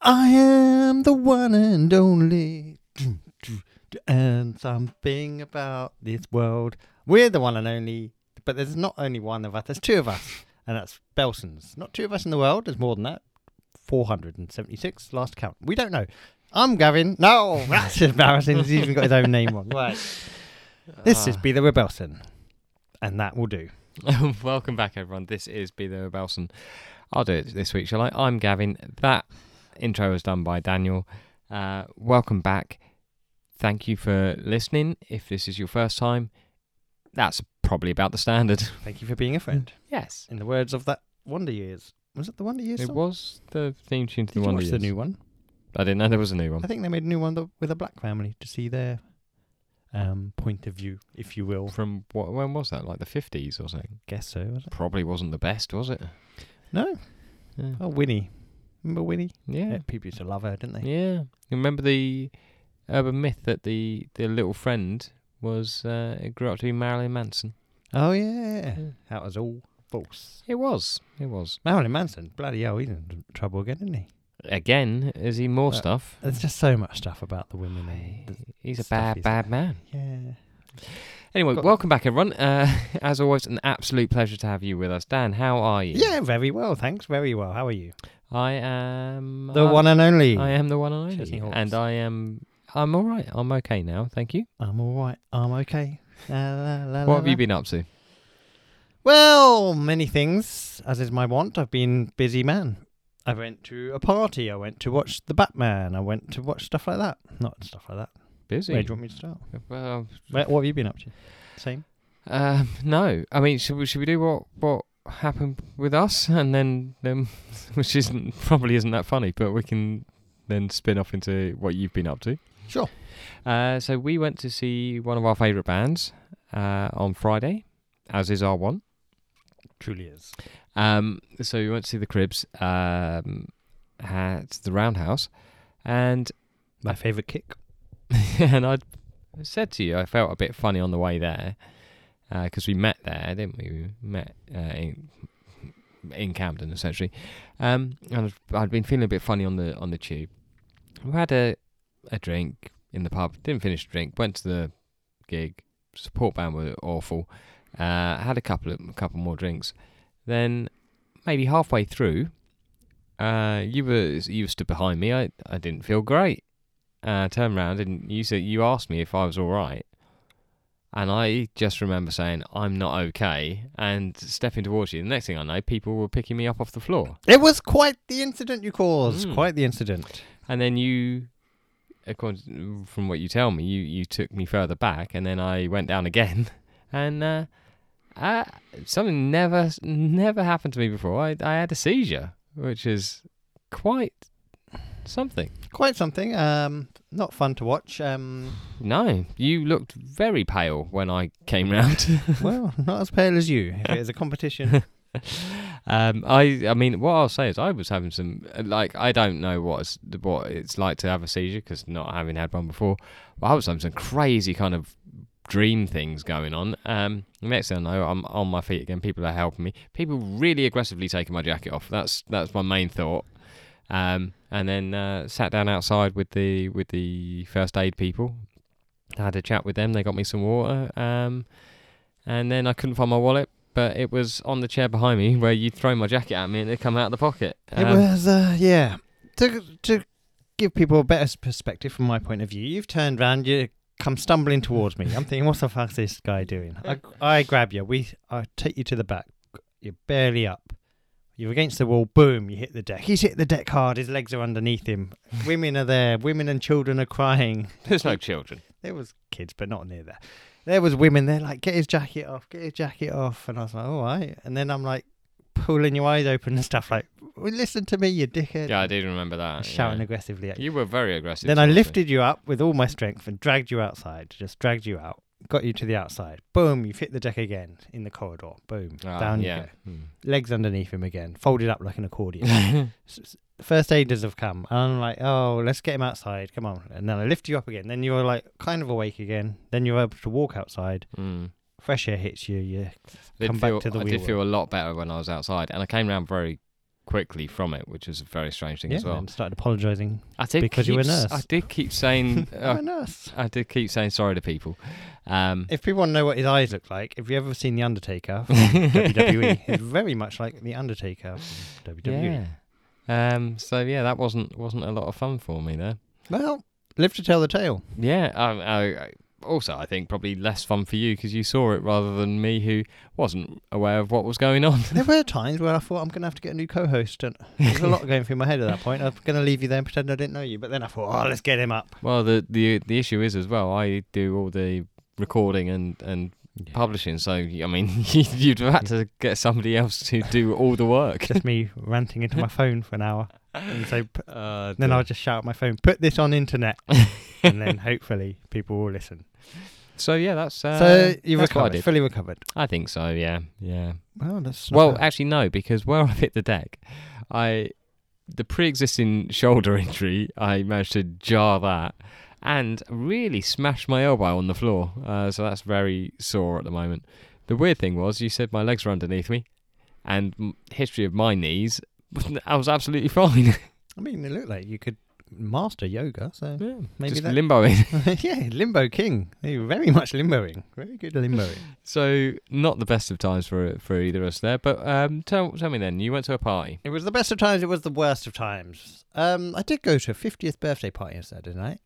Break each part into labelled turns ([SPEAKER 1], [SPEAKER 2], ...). [SPEAKER 1] I am the one and only. And something about this world. We're the one and only, but there's not only one of us, there's two of us. And that's Belson's. Not two of us in the world, there's more than that. 476, last count. We don't know. I'm Gavin. No, that's embarrassing. He's even got his own name wrong. Right. This
[SPEAKER 2] Ah.
[SPEAKER 1] is Be the Rebelson. And that will do.
[SPEAKER 2] Welcome back, everyone. This is Be the Rebelson. I'll do it this week, shall I? I'm Gavin. That intro was done by Daniel. Uh, welcome back. Thank you for listening. If this is your first time, that's probably about the standard.
[SPEAKER 1] Thank you for being a friend.
[SPEAKER 2] Yes.
[SPEAKER 1] In the words of that Wonder Years. Was it the Wonder Years?
[SPEAKER 2] It
[SPEAKER 1] song?
[SPEAKER 2] was the theme tune to
[SPEAKER 1] Did
[SPEAKER 2] the
[SPEAKER 1] you
[SPEAKER 2] one
[SPEAKER 1] watch the new one?
[SPEAKER 2] I didn't know there was a new one.
[SPEAKER 1] I think they made a new one tho- with a black family to see their um, point of view, if you will.
[SPEAKER 2] From what? When was that? Like the fifties or something?
[SPEAKER 1] Guess so. Was it?
[SPEAKER 2] Probably wasn't the best, was it?
[SPEAKER 1] No.
[SPEAKER 2] Yeah.
[SPEAKER 1] Oh, Winnie. Remember Winnie?
[SPEAKER 2] Yeah.
[SPEAKER 1] people used to love her, didn't they?
[SPEAKER 2] Yeah. You remember the urban myth that the the little friend was uh, it grew up to be Marilyn Manson.
[SPEAKER 1] Oh yeah.
[SPEAKER 2] Yeah.
[SPEAKER 1] That was all false.
[SPEAKER 2] It was. It was.
[SPEAKER 1] Marilyn Manson, bloody hell, he's in trouble again, isn't he?
[SPEAKER 2] Again, is he more
[SPEAKER 1] Uh,
[SPEAKER 2] stuff?
[SPEAKER 1] There's just so much stuff about the women. And the,
[SPEAKER 2] He's a
[SPEAKER 1] stuff
[SPEAKER 2] bad,
[SPEAKER 1] is-
[SPEAKER 2] bad man.
[SPEAKER 1] yeah.
[SPEAKER 2] Anyway,
[SPEAKER 1] Got-
[SPEAKER 2] welcome back, everyone. Uh, as always, an absolute pleasure to have you with us. Dan, how are you?
[SPEAKER 1] Yeah, very well, thanks. Very well. How are you?
[SPEAKER 2] I am
[SPEAKER 1] The
[SPEAKER 2] I-
[SPEAKER 1] one and only.
[SPEAKER 2] I am the one and
[SPEAKER 1] Chesney
[SPEAKER 2] only,
[SPEAKER 1] Hawks.
[SPEAKER 2] and I am. I'm all right. I'm okay now. Thank you.
[SPEAKER 1] I'm all right. I'm okay. La, la, la,
[SPEAKER 2] What
[SPEAKER 1] la,
[SPEAKER 2] have
[SPEAKER 1] la.
[SPEAKER 2] you been up to?
[SPEAKER 1] Well, many things, as is my wont. I've been busy man. I went to a party. I went to watch the Batman. I went to watch stuff like that. Not stuff like that. Where
[SPEAKER 2] Busy.
[SPEAKER 1] do you want me to start?
[SPEAKER 2] Well,
[SPEAKER 1] Where, what have you been up to? Same.
[SPEAKER 2] Um, no, I mean, should we, should we do what what happened with us, and then then, which isn't probably isn't that funny, but we can then spin off into what you've been up to.
[SPEAKER 1] Sure.
[SPEAKER 2] Uh, so we went to see one of our favourite bands uh, on Friday, as is our one.
[SPEAKER 1] Truly is.
[SPEAKER 2] Um, so we went to see the Cribs um, at the Roundhouse, and
[SPEAKER 1] My favourite kick.
[SPEAKER 2] and I said to you, I felt a bit funny on the way there because we met there, didn't we? We met uh, in, in Camden essentially, um, and I'd been feeling a bit funny on the on the tube. We had a a drink in the pub, didn't finish the drink, went to the gig. Support band were awful. Uh, had a couple of couple more drinks, then maybe halfway through, uh, you were you stood behind me. I I didn't feel great uh, turned around and you said you asked me if I was all right, and I just remember saying I'm not okay and stepping towards you. The next thing I know, people were picking me up off the floor,
[SPEAKER 1] It was quite the incident you caused.
[SPEAKER 2] Mm.
[SPEAKER 1] Quite the incident.
[SPEAKER 2] and then you, according from what you tell me, you you took me further back, and then I went down again, and. Uh, uh, something never, never happened to me before. I, I had a seizure, which is quite something.
[SPEAKER 1] Quite something. Um, not fun to watch. Um,
[SPEAKER 2] No, you looked very pale when I came round.
[SPEAKER 1] well, not as pale as you. If it is a competition,
[SPEAKER 2] Um, I, I mean, what I'll say is, I was having some like I don't know what it's, what it's like to have a seizure because not having had one before, but I was having some crazy kind of dream things going on. Um, next thing I know, I'm on my feet again. People are helping me. People really aggressively taking my jacket off. That's that's my main thought. Um, and then uh, sat down outside with the with the first aid people. had a chat with them. They got me some water. Um, and then I couldn't find my wallet but it was on the chair behind me where you'd throw my jacket at me and it'd come out of the pocket.
[SPEAKER 1] it
[SPEAKER 2] Um,
[SPEAKER 1] was. Uh, yeah. To to give people a better s- perspective from my point of view, you've turned round. You come stumbling towards me. I'm thinking, what the fuck's this guy doing? I, I grab you. We I take you to the back. You're barely up. You're against the wall. Boom! You hit the deck. He's hit the deck hard. His legs are underneath him. Women are there. Women and children are crying.
[SPEAKER 2] There's no children.
[SPEAKER 1] There was kids, but not near there. There was women there, like, get his jacket off, get his jacket off, and I was like, all right. And then I'm like pulling your eyes open and stuff, like, "Well, listen to me, you dickhead.
[SPEAKER 2] Yeah, I do remember
[SPEAKER 1] And
[SPEAKER 2] that.
[SPEAKER 1] shouting
[SPEAKER 2] yeah.
[SPEAKER 1] aggressively at you.
[SPEAKER 2] You were very aggressive.
[SPEAKER 1] Then I
[SPEAKER 2] towards me.
[SPEAKER 1] lifted you up with all my strength and dragged you outside. Just dragged you out, got you to the outside. Boom! You've hit the deck again in the corridor. Boom!
[SPEAKER 2] Ah,
[SPEAKER 1] down you
[SPEAKER 2] yeah.
[SPEAKER 1] go. Legs underneath him again, folded up like an accordion.
[SPEAKER 2] Hmm.
[SPEAKER 1] s- s- first aiders have come and I'm like, oh, let's get him outside. Come on. And then I lift you up again. Then you're like kind of awake again. Then you're able to walk outside.
[SPEAKER 2] Hmm.
[SPEAKER 1] Fresh air hits you. You
[SPEAKER 2] I did
[SPEAKER 1] Come back
[SPEAKER 2] feel-
[SPEAKER 1] to the
[SPEAKER 2] I
[SPEAKER 1] wheel
[SPEAKER 2] did feel a lot better when I was outside, and I came round very quickly from it, which is a very strange thing
[SPEAKER 1] yeah,
[SPEAKER 2] as well.
[SPEAKER 1] and started apologising.
[SPEAKER 2] I did
[SPEAKER 1] because you were
[SPEAKER 2] keep s-
[SPEAKER 1] nurse.
[SPEAKER 2] I did keep saying
[SPEAKER 1] I'm
[SPEAKER 2] uh,
[SPEAKER 1] a nurse.
[SPEAKER 2] I did keep saying sorry to people. Um,
[SPEAKER 1] If people want to know what his eyes look like, if you ever seen The Undertaker from WWE, he's very much like The Undertaker from E. WWE.
[SPEAKER 2] yeah. Um, so yeah, that wasn't wasn't a lot of fun for me there.
[SPEAKER 1] Well, live to tell the tale.
[SPEAKER 2] Yeah. Um, I, I, also, I think probably less fun for you because you saw it rather than me, who wasn't aware of what was going on.
[SPEAKER 1] There were times where I thought I'm going to have to get a new co-host, and there's a lot going through my head at that point. I'm going to leave you there and pretend I didn't know you, but then I thought, oh, let's get him up.
[SPEAKER 2] Well, the the the issue is as well. I do all the recording and and publishing, so I mean, you'd have had to get somebody else to do all the work.
[SPEAKER 1] Just me ranting into my phone for an hour, and so p-
[SPEAKER 2] Uh,
[SPEAKER 1] then I'll just shout at my phone, "Put this on internet," and then hopefully people will listen.
[SPEAKER 2] so yeah, that's uh,
[SPEAKER 1] so you
[SPEAKER 2] that's what I
[SPEAKER 1] recovered,
[SPEAKER 2] did.
[SPEAKER 1] fully recovered.
[SPEAKER 2] I think so. Yeah, yeah.
[SPEAKER 1] Well, that's not
[SPEAKER 2] Well,
[SPEAKER 1] bad.
[SPEAKER 2] actually, no, because where I hit the deck, I the pre-existing shoulder injury, I managed to jar that and really smashed my elbow on the floor. Uh, so that's very sore at the moment. The weird thing was, you said my legs were underneath me, and m- history of my knees, I was absolutely fine.
[SPEAKER 1] I mean, it looked like you could master yoga, so
[SPEAKER 2] yeah,
[SPEAKER 1] Maybe
[SPEAKER 2] just
[SPEAKER 1] that-
[SPEAKER 2] limboing.
[SPEAKER 1] yeah, limbo king. You're very much limboing. Very good limboing.
[SPEAKER 2] so not the best of times for for either of us there. But um, tell tell me then, you went to a party.
[SPEAKER 1] It was the best of times. It was the worst of times. Um, I did go to a 50th birthday party on Saturday night.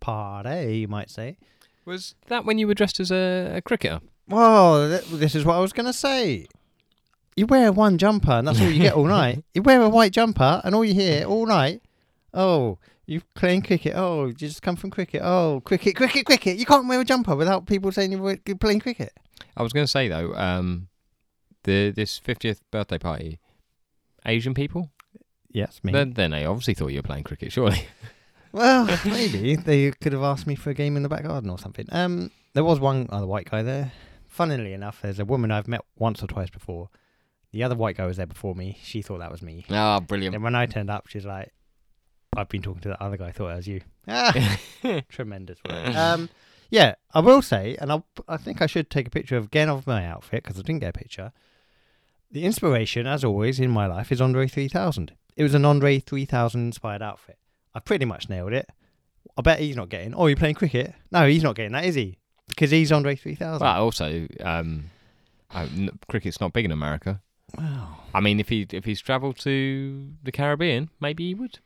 [SPEAKER 1] Party, you might say.
[SPEAKER 2] Was that when you were dressed as a, a cricketer?
[SPEAKER 1] Well, th- this is what I was going to say. You wear one jumper and that's all you get all night. You wear a white jumper and all you hear all night, oh, you're playing cricket. Oh, you just come from cricket. Oh, cricket, cricket, cricket. You can't wear a jumper without people saying you're wa- you're playing cricket.
[SPEAKER 2] I was going to say though, um, the this fiftieth birthday party, Asian people,
[SPEAKER 1] Yes, me.
[SPEAKER 2] then, then they obviously thought you were playing cricket, surely.
[SPEAKER 1] Well, maybe they could have asked me for a game in the back garden or something. Um, there was one other white guy there. Funnily enough, there's a woman I've met once or twice before. The other white guy was there before me. She thought that was me.
[SPEAKER 2] Ah, brilliant.
[SPEAKER 1] And when I turned up, she's like, "I've been talking to that other guy. I thought it was you." Ah, tremendous work. Um, yeah, I will say, and I I think I should take a picture of again of my outfit because I didn't get a picture. The inspiration, as always in my life, is Andre 3000. It was an Andre 3000 inspired outfit. I pretty much nailed it. I bet he's not getting. Oh, you're playing cricket? No, he's not getting that, is he? Because he's Andre 3000.
[SPEAKER 2] Well, also, um, I, n- cricket's not big in America.
[SPEAKER 1] Wow.
[SPEAKER 2] I mean, if he if he's travelled to the Caribbean, maybe he would.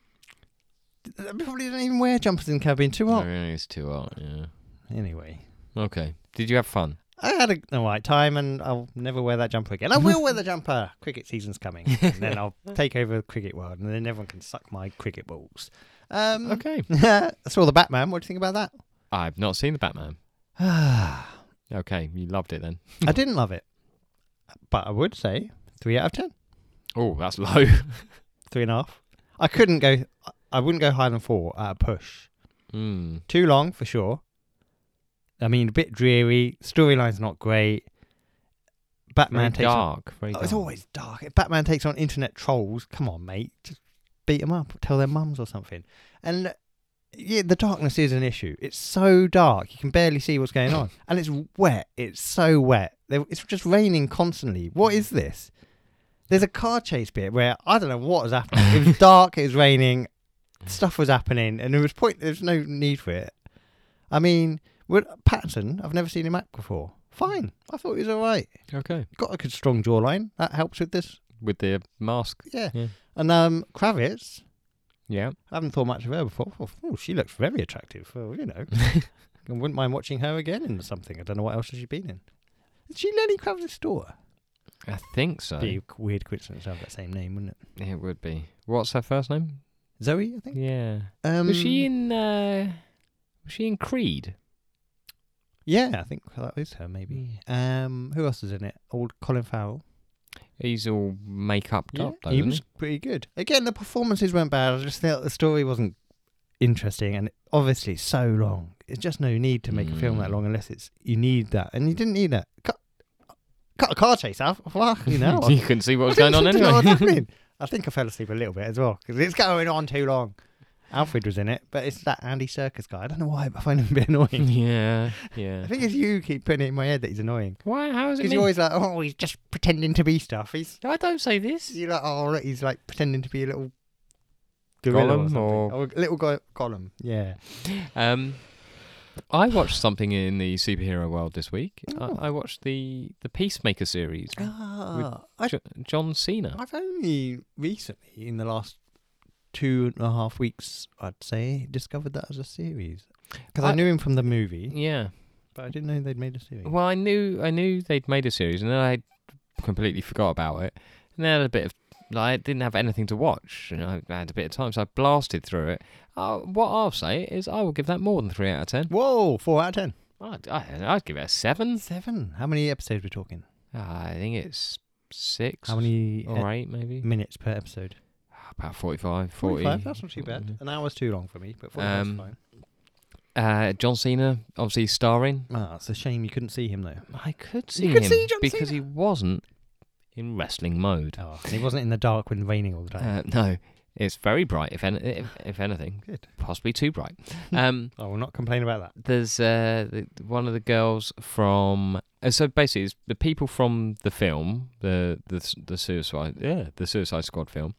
[SPEAKER 1] They probably don't even wear jumpers in the cabin too much.
[SPEAKER 2] No, it's too hot. Yeah.
[SPEAKER 1] Anyway.
[SPEAKER 2] Okay. Did you have fun?
[SPEAKER 1] I had a, a right time, and I'll never wear that jumper again. I will wear the jumper. Cricket season's coming, and then I'll take over the cricket world, and then everyone can suck my cricket balls. Um,
[SPEAKER 2] Okay.
[SPEAKER 1] I saw the Batman. What do you think about
[SPEAKER 2] I've not seen the Batman.
[SPEAKER 1] that?
[SPEAKER 2] Okay, you loved it then.
[SPEAKER 1] I didn't love it, but I would say three out of ten,
[SPEAKER 2] Oh, that's low.
[SPEAKER 1] three and a half. I couldn't go. I wouldn't go higher than four at a push.
[SPEAKER 2] mm.
[SPEAKER 1] Too long for sure. I mean, a bit dreary. Storyline's not great.
[SPEAKER 2] Very
[SPEAKER 1] Batman takes
[SPEAKER 2] dark. Very
[SPEAKER 1] Oh,
[SPEAKER 2] dark.
[SPEAKER 1] it's always dark. If Batman takes on internet trolls, come on, mate, just beat them up, tell their mums or something. And uh, yeah, the darkness is an issue. It's so dark, you can barely see what's going on, and it's wet. It's so wet. There- It's just raining constantly. What is this? There's a car chase bit where I don't know what was happening. It was dark. It was raining. Stuff was happening, and there was point. There's no need for it. I mean, with Patterson, I've never seen him act before. Fine, I thought he was all right
[SPEAKER 2] okay.
[SPEAKER 1] got a good strong jawline. That helps with this.
[SPEAKER 2] With the mask.
[SPEAKER 1] Yeah.
[SPEAKER 2] Yeah.
[SPEAKER 1] And um, Kravitz,
[SPEAKER 2] Yeah.
[SPEAKER 1] I haven't thought much of her before. Oh, oh, she looks very attractive. Well, you know, I wouldn't mind watching her again in something. I don't know what else she's been in. Is she Lenny Kravitz's daughter?
[SPEAKER 2] I think so.
[SPEAKER 1] Be a c- weird coincidence to have that same name, wouldn't it?
[SPEAKER 2] It would be. What's her first name?
[SPEAKER 1] Zoe, I think.
[SPEAKER 2] Yeah.
[SPEAKER 1] Um,
[SPEAKER 2] was she in? Uh, was she in Creed?
[SPEAKER 1] Yeah, I think that is her. Maybe. Um, who else is in it? Old Colin Farrell.
[SPEAKER 2] He's all makeup up, though,
[SPEAKER 1] he
[SPEAKER 2] isn't
[SPEAKER 1] was pretty good. Again, the performances weren't bad. I just felt the story wasn't interesting, and obviously it's so long. It's just no need to make a film that
[SPEAKER 2] Mm.
[SPEAKER 1] long unless it's you need that, and you didn't need that. Cut, cut a car chase out, fuck, you know.
[SPEAKER 2] you couldn't see what was
[SPEAKER 1] I
[SPEAKER 2] going on
[SPEAKER 1] didn't seem to know
[SPEAKER 2] anyway.
[SPEAKER 1] what was happening. I think I fell asleep a little bit as well because it's going on too long. Alfred was in it, but it's that Andy Circus guy. I don't know why, but I find him a bit annoying.
[SPEAKER 2] yeah, yeah.
[SPEAKER 1] I think it's you keep putting it in my head that he's annoying.
[SPEAKER 2] Why? How is it?
[SPEAKER 1] Because
[SPEAKER 2] Me?
[SPEAKER 1] you're always like, oh, he's just pretending to be stuff. He's
[SPEAKER 2] I don't say this.
[SPEAKER 1] you're like, oh, look, he's like pretending to be a little gorilla
[SPEAKER 2] Gollum
[SPEAKER 1] or, something. Oh,
[SPEAKER 2] or-
[SPEAKER 1] a little go- column. Yeah.
[SPEAKER 2] Um, I watched something in the superhero world this week.
[SPEAKER 1] Oh.
[SPEAKER 2] I, I watched the the Peacemaker series.
[SPEAKER 1] Ah, I,
[SPEAKER 2] Jo- John Cena.
[SPEAKER 1] I've only recently, in the last two and a half weeks, I'd say, discovered that as a series. Because I,
[SPEAKER 2] I-
[SPEAKER 1] knew him from the movie,
[SPEAKER 2] Yeah.
[SPEAKER 1] but I didn't know they'd made a series.
[SPEAKER 2] Well, I knew I knew they'd made a series, and then I completely forgot about it. And then I had a bit of I didn't have anything to watch, and I had a bit of time, so I blasted through it. Uh, what I'll say is, I will give that more than three out of ten.
[SPEAKER 1] Whoa, four out of ten.
[SPEAKER 2] I'd, I, I'd give it a seven. Ah,
[SPEAKER 1] Seven. How many episodes are we talking?
[SPEAKER 2] I think it's six.
[SPEAKER 1] How many eh, uh,
[SPEAKER 2] Or eight, maybe.
[SPEAKER 1] minutes per episode?
[SPEAKER 2] About Mm-hmm. 45, 40.
[SPEAKER 1] That's not too bad. An hour's too long for me, but 45's
[SPEAKER 2] Um,
[SPEAKER 1] fine.
[SPEAKER 2] Uh, John Cena, obviously starring.
[SPEAKER 1] Ah, it's a shame you couldn't see him though.
[SPEAKER 2] I could see
[SPEAKER 1] could
[SPEAKER 2] him
[SPEAKER 1] see John
[SPEAKER 2] because he wasn't in wrestling mode.
[SPEAKER 1] Oh, and he wasn't in the dark when raining all the time.
[SPEAKER 2] Uh, no, it's very bright. If, any, if, if anything,
[SPEAKER 1] Good.
[SPEAKER 2] possibly too bright. Um,
[SPEAKER 1] I will Oh, not complain about that.
[SPEAKER 2] there's uh, the, one of the girls from. Uh, so basically, it's the people from the film, the the s- the suicide, yeah, the Suicide Squad film,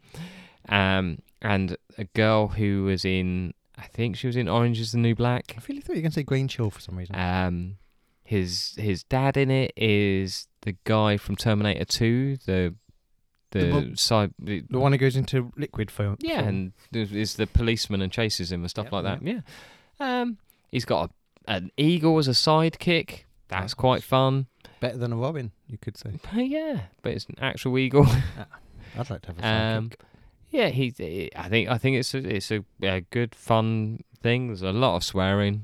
[SPEAKER 2] um, and a girl who was in. I think she was in Orange Is the New Black.
[SPEAKER 1] I really thought you were going to say Green Chill for some reason.
[SPEAKER 2] Um, his his dad in it is the guy from Terminator Two, the the,
[SPEAKER 1] The bu-
[SPEAKER 2] cy- the,
[SPEAKER 1] the one who goes into liquid foam.
[SPEAKER 2] yeah,
[SPEAKER 1] foam.
[SPEAKER 2] and is- is the policeman and chases him and stuff
[SPEAKER 1] Yep,
[SPEAKER 2] like that. Yeah, um, he's got a, an eagle as a sidekick. That's
[SPEAKER 1] Nice.
[SPEAKER 2] quite fun.
[SPEAKER 1] better than a Robin, you could say.
[SPEAKER 2] yeah, but it's an actual eagle.
[SPEAKER 1] I'd like to have a sidekick.
[SPEAKER 2] Um, yeah, he, he- I think I think it's a, it's a, a good fun thing. There's a lot of swearing.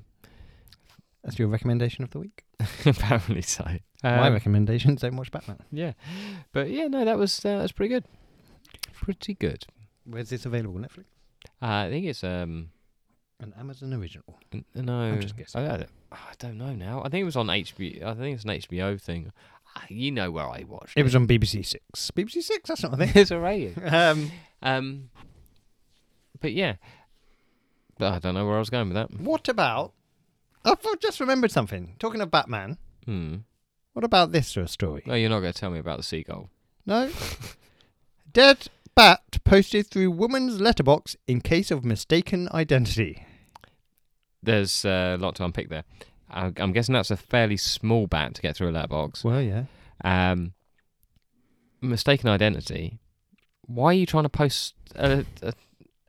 [SPEAKER 1] That's your recommendation of the week.
[SPEAKER 2] Apparently so.
[SPEAKER 1] My
[SPEAKER 2] Um,
[SPEAKER 1] recommendation: don't watch Batman.
[SPEAKER 2] Yeah, but yeah, no, that was uh, that was pretty good. Pretty good.
[SPEAKER 1] Where's this available? Netflix,
[SPEAKER 2] Uh, I think it's um
[SPEAKER 1] an Amazon original.
[SPEAKER 2] n- no,
[SPEAKER 1] I'm just guessing.
[SPEAKER 2] I, I don't- I don't know now. I think it was on HBO. I think it's an HBO thing. Ah, You know where I watched
[SPEAKER 1] It was on BBC Six. BBC Six. That's not a thing.
[SPEAKER 2] it's a radio.
[SPEAKER 1] um,
[SPEAKER 2] Um, but yeah, but I don't know where I was going with that.
[SPEAKER 1] what about? oh, I've just remembered something. Talking of Batman,
[SPEAKER 2] Hmm.
[SPEAKER 1] what about this sort of story?
[SPEAKER 2] No, you're not going to tell me about the seagull.
[SPEAKER 1] No. Dead bat posted through woman's letterbox in case of mistaken identity.
[SPEAKER 2] There's uh, a lot to unpick there. I- I'm guessing that's a fairly small bat to get through a letterbox.
[SPEAKER 1] Well, yeah.
[SPEAKER 2] um, mistaken identity. Why are you trying to post a, a,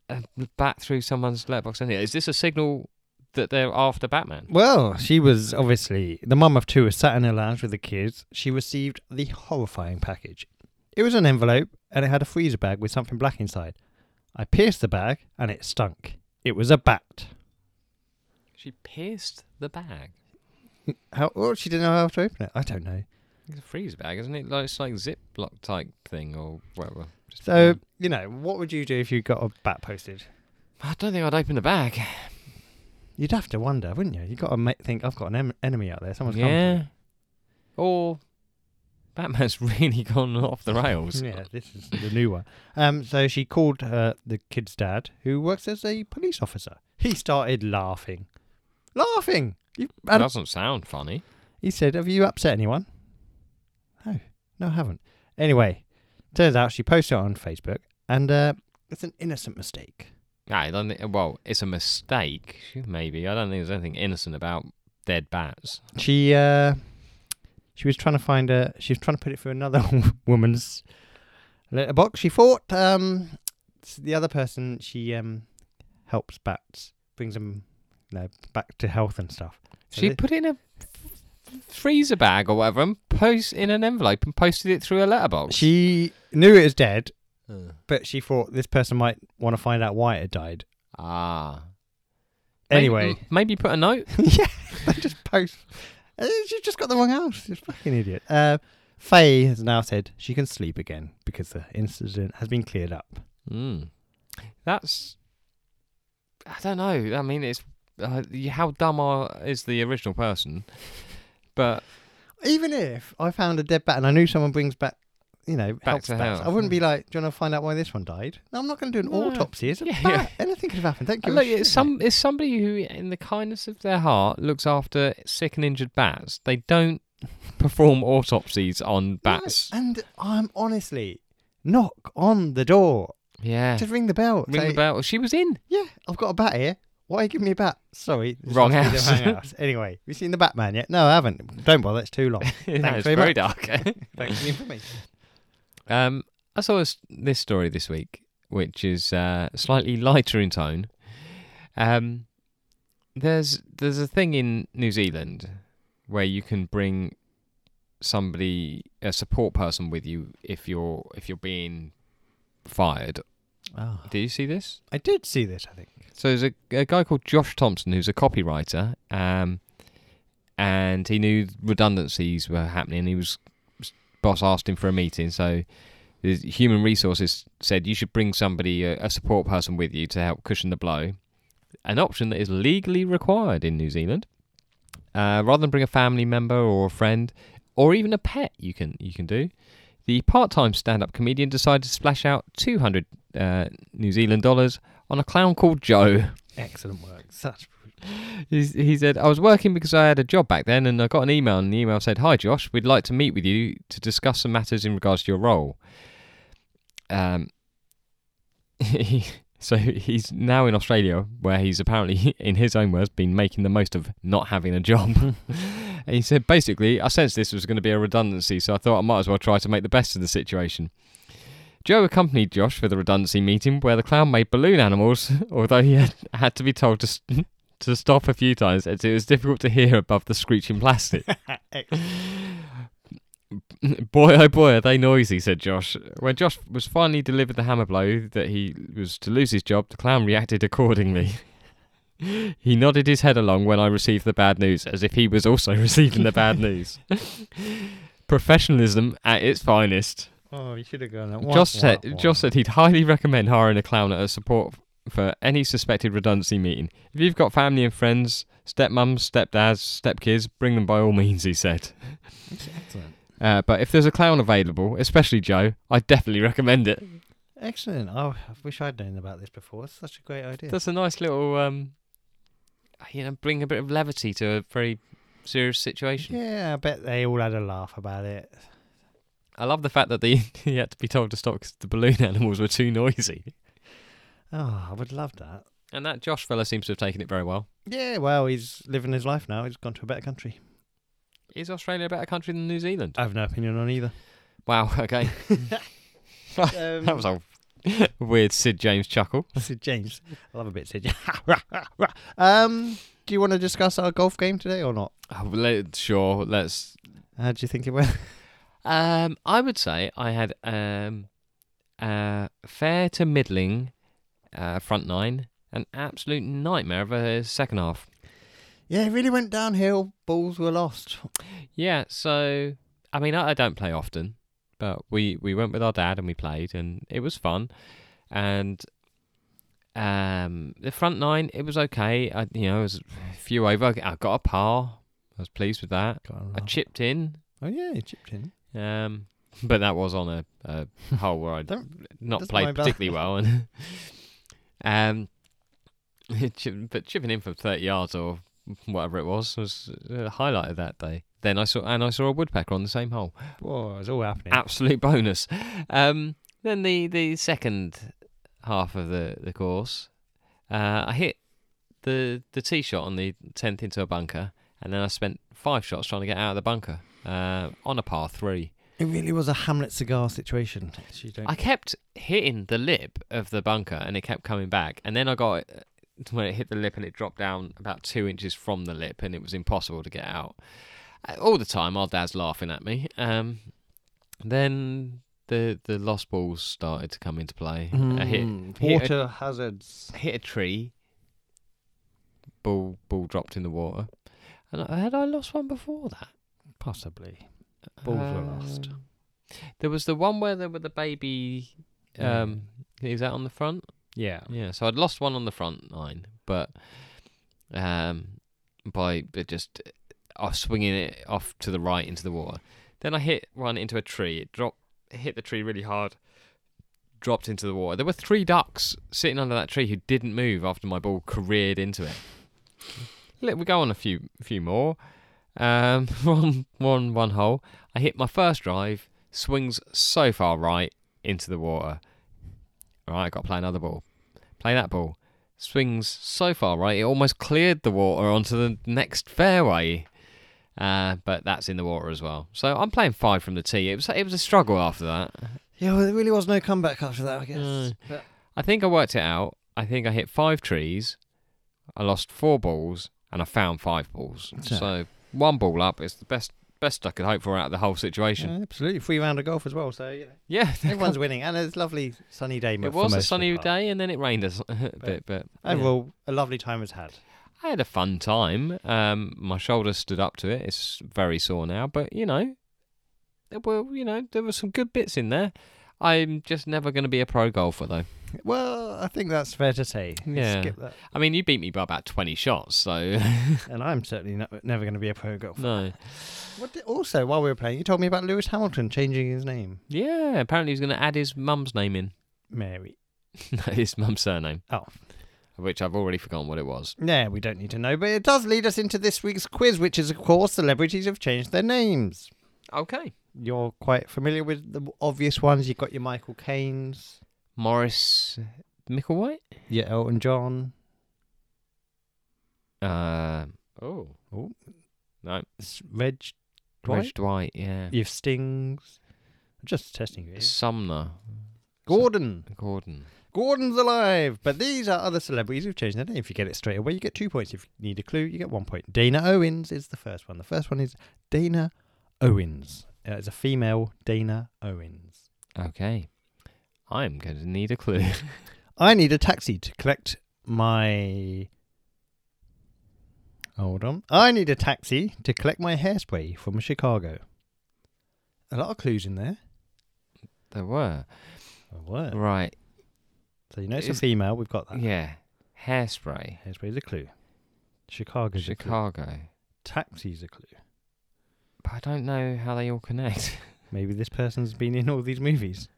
[SPEAKER 2] a bat through someone's letterbox? Anyway, is this a signal that they're after Batman?
[SPEAKER 1] Well, she was obviously the mum of two was sat in her lounge with the kids. She received the horrifying package. It was an envelope and it had a freezer bag with something black inside. I pierced the bag and it stunk. It was a bat.
[SPEAKER 2] She pierced the bag.
[SPEAKER 1] How? Well, she didn't know how to open it. I don't know.
[SPEAKER 2] It's a freezer bag, isn't it? Like it's like Ziploc type thing or whatever. Just-
[SPEAKER 1] So you know, what would you do if you got a bat posted?
[SPEAKER 2] I don't think I'd open the bag.
[SPEAKER 1] You'd have to wonder, wouldn't you? You got to make, think I've got an em- enemy out there. Someone's coming. for me."
[SPEAKER 2] yeah. Or Batman's really gone off the rails.
[SPEAKER 1] Yeah, this is the new one. Um, so she called her, the kid's dad, who works as a police officer. He started laughing, laughing. You, and
[SPEAKER 2] doesn't sound funny.
[SPEAKER 1] he said, "Have you upset anyone?" No, no, I haven't. Anyway, turns out she posted it on Facebook, and uh, it's an innocent mistake.
[SPEAKER 2] I don't think, well, it's a mistake, maybe. I don't think there's anything innocent about dead bats.
[SPEAKER 1] She uh, she was trying to find a. She was trying to put it through another woman's letterbox. She thought um, s- the other person she um helps bats, brings them you know, back to health and stuff. So
[SPEAKER 2] She
[SPEAKER 1] thi-
[SPEAKER 2] put it in a freezer bag or whatever and post in an envelope and posted it through a letterbox.
[SPEAKER 1] She knew it was dead,
[SPEAKER 2] Uh.
[SPEAKER 1] but she thought this person might want to find out why it had died.
[SPEAKER 2] ah.
[SPEAKER 1] Anyway,
[SPEAKER 2] maybe, maybe put a note.
[SPEAKER 1] yeah, they just post. Uh, She's just got the wrong house. She's a fucking idiot. Uh, Faye has now said she can sleep again because the incident has been cleared up. Hmm.
[SPEAKER 2] Mm. That's. I don't know. I mean, it's uh, y- how dumb are, is the original person, but
[SPEAKER 1] even if I found a dead bat and I knew someone brings back you know,
[SPEAKER 2] Back
[SPEAKER 1] helps
[SPEAKER 2] to
[SPEAKER 1] that.
[SPEAKER 2] health. Hmm.
[SPEAKER 1] I wouldn't be like, do you want to find out why this one died? No, I'm not going to do an
[SPEAKER 2] No.
[SPEAKER 1] autopsy. It's a
[SPEAKER 2] Yeah,
[SPEAKER 1] yeah,
[SPEAKER 2] yeah.
[SPEAKER 1] Anything could have happened. Don't give
[SPEAKER 2] And
[SPEAKER 1] a
[SPEAKER 2] look,
[SPEAKER 1] shit,
[SPEAKER 2] it's
[SPEAKER 1] mate.
[SPEAKER 2] some it's somebody who, in the kindness of their heart, looks after sick and injured bats. They don't perform autopsies on
[SPEAKER 1] No,
[SPEAKER 2] bats.
[SPEAKER 1] and I'm honestly, knock on the door.
[SPEAKER 2] Yeah,
[SPEAKER 1] Just ring the bell.
[SPEAKER 2] ring
[SPEAKER 1] Say,
[SPEAKER 2] the bell. She was in.
[SPEAKER 1] Yeah, I've got a bat here. Why are you giving me a bat? Sorry. this
[SPEAKER 2] Wrong
[SPEAKER 1] must be the
[SPEAKER 2] house.
[SPEAKER 1] wrong house. Anyway, have you seen the Batman yet? No, I haven't. Don't bother. It's too long.
[SPEAKER 2] No, it's
[SPEAKER 1] very
[SPEAKER 2] very
[SPEAKER 1] much.
[SPEAKER 2] dark.
[SPEAKER 1] Thanks for the information.
[SPEAKER 2] Um, I saw this- this story this week, which is uh, slightly lighter in tone. Um, there's there's a thing in New Zealand where you can bring somebody, a support person, with you if you're if you're being fired.
[SPEAKER 1] Oh,
[SPEAKER 2] Do you see this?
[SPEAKER 1] I did see this. I think.
[SPEAKER 2] So there's a, a guy called Josh Thompson who's a copywriter, um, and he knew redundancies were happening. He was boss asked him for a meeting, so his human resources said you should bring somebody, a, a support person, with you to help cushion the blow. An option that is legally required in New Zealand. Uh, rather than bring a family member or a friend, or even a pet, you can you can do. The part-time stand-up comedian decided to splash out 200 uh, New Zealand dollars on a clown called Joe.
[SPEAKER 1] Excellent work. Such.
[SPEAKER 2] He's, he said, I was working because I had a job back then and I got an email and the email said, Hi Josh, we'd like to meet with you to discuss some matters in regards to your role. Um, he, so he's now in Australia where he's apparently, in his own words, been making the most of not having a job. And he said, basically, I sensed this was going to be a redundancy, so I thought I might as well try to make the best of the situation. Joe accompanied Josh for the redundancy meeting where the clown made balloon animals, although he had, had to be told to, st- to stop a few times as it was difficult to hear above the screeching plastic. boy, oh boy, are they noisy, said Josh. When Josh was finally delivered the hammer blow that he was to lose his job, the clown reacted accordingly. He nodded his head along when I received the bad news, as if he was also receiving the bad news. Professionalism at its finest.
[SPEAKER 1] Oh, you should have gone. Like,
[SPEAKER 2] Josh
[SPEAKER 1] wah,
[SPEAKER 2] said,
[SPEAKER 1] wah, wah.
[SPEAKER 2] Josh said he'd highly recommend hiring a clown at a support for any suspected redundancy meeting. If you've got family and friends, stepmums, stepdads, stepkids, bring them by all means, he said.
[SPEAKER 1] Excellent.
[SPEAKER 2] Uh, but if there's a clown available, especially Joe, I definitely recommend it.
[SPEAKER 1] Excellent. Oh, I wish I'd known about this before. It's such a great idea.
[SPEAKER 2] That's a nice little, um, you know, bring a bit of levity to a very serious situation.
[SPEAKER 1] yeah, I bet they all had a laugh about it.
[SPEAKER 2] I love the fact that they, he had to be told to stop because the balloon animals were too noisy.
[SPEAKER 1] Oh, I would love that.
[SPEAKER 2] And that Josh fella seems to have taken it very well.
[SPEAKER 1] Yeah, well, he's living his life now. He's gone to a better country.
[SPEAKER 2] Is Australia a better country than New Zealand?
[SPEAKER 1] I have no opinion on either.
[SPEAKER 2] Wow, okay.
[SPEAKER 1] Um,
[SPEAKER 2] That was a weird Sid James chuckle.
[SPEAKER 1] Sid James. I love a bit Sid James. um, do you want to discuss our golf game today or not?
[SPEAKER 2] Oh, let, sure, let's.
[SPEAKER 1] How do you think it went?
[SPEAKER 2] Um, I would say I had um, a fair to middling uh, front nine, an absolute nightmare of a second half.
[SPEAKER 1] yeah, it really went downhill. Balls were lost.
[SPEAKER 2] Yeah, so I mean, I, I don't play often, but we we went with our dad and we played, and it was fun. And um, the front nine, it was okay. I you know, it was a few over. I got a par. I was pleased with that. I chipped in.
[SPEAKER 1] oh yeah, you chipped in.
[SPEAKER 2] Um, but that was on a, a hole where I
[SPEAKER 1] Don't-
[SPEAKER 2] not
[SPEAKER 1] doesn't
[SPEAKER 2] played
[SPEAKER 1] mind that.
[SPEAKER 2] particularly well, and um, chip- but chipping in from thirty yards or whatever it was was a highlight of that day. Then I saw and I saw a woodpecker on the same hole.
[SPEAKER 1] Whoa, it's all happening.
[SPEAKER 2] Absolute bonus. Um, then the the second half of the the course, uh, I hit the the tee shot on the tenth into a bunker, and then I spent five shots trying to get out of the bunker uh, on a par three.
[SPEAKER 1] It really was a Hamlet cigar situation. She don't.
[SPEAKER 2] I kept hitting the lip of the bunker and it kept coming back. And then I got it when it hit the lip and it dropped down about two inches from the lip and it was impossible to get out. Uh, All the time, our dad's laughing at me. Um, then the the lost balls started to come into play. I hit, uh,
[SPEAKER 1] Mm,
[SPEAKER 2] hit a-
[SPEAKER 1] water hazards.
[SPEAKER 2] hit a tree, ball ball dropped in the water. And I, had I lost one before that?
[SPEAKER 1] Possibly. Balls were lost.
[SPEAKER 2] Um, There was the one where there were the baby.
[SPEAKER 1] Yeah.
[SPEAKER 2] Um, Is that on the front?
[SPEAKER 1] Yeah.
[SPEAKER 2] Yeah, so I'd lost one on the front line, but um, by but just uh, off swinging it off to the right into the water. Then I hit one into a tree. It dropped hit the tree really hard, dropped into the water. There were three ducks sitting under that tree who didn't move after my ball careered into it. Let we go on a few few more. Um, one one one hole. I hit my first drive, swings so far right into the water. All right, got to play another ball. Play that ball. Swings so far right, it almost cleared the water onto the next fairway. Uh, but that's in the water as well. So I'm playing five from the tee. It was it was a struggle after that.
[SPEAKER 1] Yeah, well, there really was no comeback after that, I guess.
[SPEAKER 2] No.
[SPEAKER 1] But-
[SPEAKER 2] I think I worked it out. I think I hit five trees. I lost four balls and I found five balls.
[SPEAKER 1] So-
[SPEAKER 2] So, one ball up is the best best I could hope for out of the whole situation.
[SPEAKER 1] Yeah, absolutely. Free round of golf as well. So, you know,
[SPEAKER 2] Yeah,
[SPEAKER 1] everyone's winning. And it's a lovely sunny day. mo-
[SPEAKER 2] it
[SPEAKER 1] for
[SPEAKER 2] was
[SPEAKER 1] most
[SPEAKER 2] a
[SPEAKER 1] of the
[SPEAKER 2] sunny
[SPEAKER 1] part.
[SPEAKER 2] day and then it rained a s- a bit. But yeah.
[SPEAKER 1] Overall, a lovely time was had.
[SPEAKER 2] I had a fun time. Um, my shoulder stood up to it. It's very sore now, but you know, there were you know there were some good bits in there. I'm just never going to be a pro golfer though.
[SPEAKER 1] Well, I think that's fair to say.
[SPEAKER 2] Yeah.
[SPEAKER 1] Skip that.
[SPEAKER 2] I mean, you beat me by about twenty shots, so
[SPEAKER 1] And I'm certainly no- never going to be a pro golfer.
[SPEAKER 2] no.
[SPEAKER 1] What did, also, while we were playing, you told me about Lewis Hamilton changing his name.
[SPEAKER 2] Yeah, apparently he's going to add his mum's name in.
[SPEAKER 1] Mary.
[SPEAKER 2] No, his mum's surname.
[SPEAKER 1] Oh.
[SPEAKER 2] Which I've already forgotten what it was.
[SPEAKER 1] Yeah, we don't need to know, but it does lead us into this week's quiz, which is, of course, celebrities have changed their names.
[SPEAKER 2] Okay.
[SPEAKER 1] You're quite familiar with the obvious ones. You've got your Michael Caine's,
[SPEAKER 2] Morris Micklewhite?
[SPEAKER 1] your Elton John.
[SPEAKER 2] Uh, oh.
[SPEAKER 1] Oh.
[SPEAKER 2] No.
[SPEAKER 1] S- Reg Dwight.
[SPEAKER 2] Dwight? Dwight, yeah.
[SPEAKER 1] You've Stings. I'm just testing you. here.
[SPEAKER 2] Sumner.
[SPEAKER 1] Gordon.
[SPEAKER 2] Gordon.
[SPEAKER 1] Gordon's alive. But these are other celebrities who've changed their name. If you get it straight away, you get two points. If you need a clue, you get one point. Dana Owens is the first one. The first one is Dana Owens. Uh, it's a female Dana Owens.
[SPEAKER 2] Okay. I'm going to need a clue.
[SPEAKER 1] I need a taxi to collect my. Hold on. I need a taxi to collect my hairspray from Chicago. A lot of clues in there.
[SPEAKER 2] there were.
[SPEAKER 1] Oh, what?
[SPEAKER 2] Right.
[SPEAKER 1] So you know it's a
[SPEAKER 2] Is-
[SPEAKER 1] female. We've got that.
[SPEAKER 2] Yeah. Hairspray.
[SPEAKER 1] Hairspray's a clue. Chicago's a clue.
[SPEAKER 2] Chicago.
[SPEAKER 1] Taxi's a clue.
[SPEAKER 2] But I don't know how they all connect.
[SPEAKER 1] Maybe this person's been in all these movies.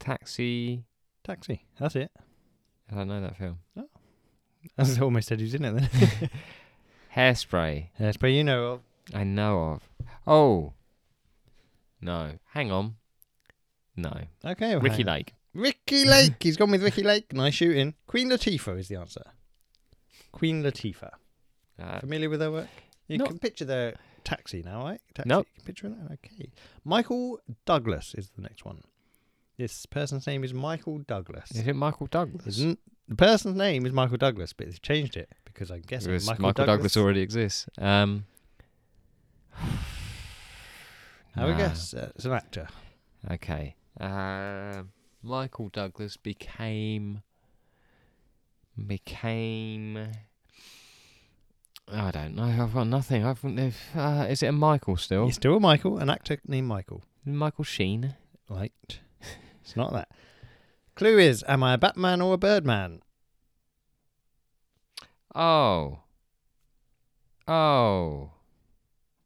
[SPEAKER 2] Taxi.
[SPEAKER 1] Taxi. That's it.
[SPEAKER 2] I don't know that film.
[SPEAKER 1] That's almost said who's in it then.
[SPEAKER 2] Hairspray.
[SPEAKER 1] Hairspray, you know of.
[SPEAKER 2] I know of. Oh. No. Hang on. No.
[SPEAKER 1] Okay. well,
[SPEAKER 2] Ricky
[SPEAKER 1] hang-
[SPEAKER 2] Lake.
[SPEAKER 1] Ricky Lake. He's gone with Ricky Lake. Nice shooting. Queen Latifah is the answer. Queen Latifah.
[SPEAKER 2] Uh,
[SPEAKER 1] Familiar with her work? You
[SPEAKER 2] not-
[SPEAKER 1] can picture the taxi now, right? Taxi.
[SPEAKER 2] Nope.
[SPEAKER 1] You can picture that? Okay. Michael Douglas is the next one. This person's name is Michael Douglas.
[SPEAKER 2] is it Michael Douglas?
[SPEAKER 1] Isn't the person's name is Michael Douglas, but they've changed it because I guess
[SPEAKER 2] Because
[SPEAKER 1] Michael,
[SPEAKER 2] Michael, Douglas, already exists. Um,
[SPEAKER 1] Have a
[SPEAKER 2] Nah.
[SPEAKER 1] guess. Uh, it's an actor.
[SPEAKER 2] Okay. Um Michael Douglas became became. I don't know. I've got nothing. I've uh, is it a Michael still?
[SPEAKER 1] He's still a Michael, an actor named Michael.
[SPEAKER 2] Michael Sheen.
[SPEAKER 1] Right. it's not that. Clue is: Am I a Batman or a Birdman?
[SPEAKER 2] Oh. Oh.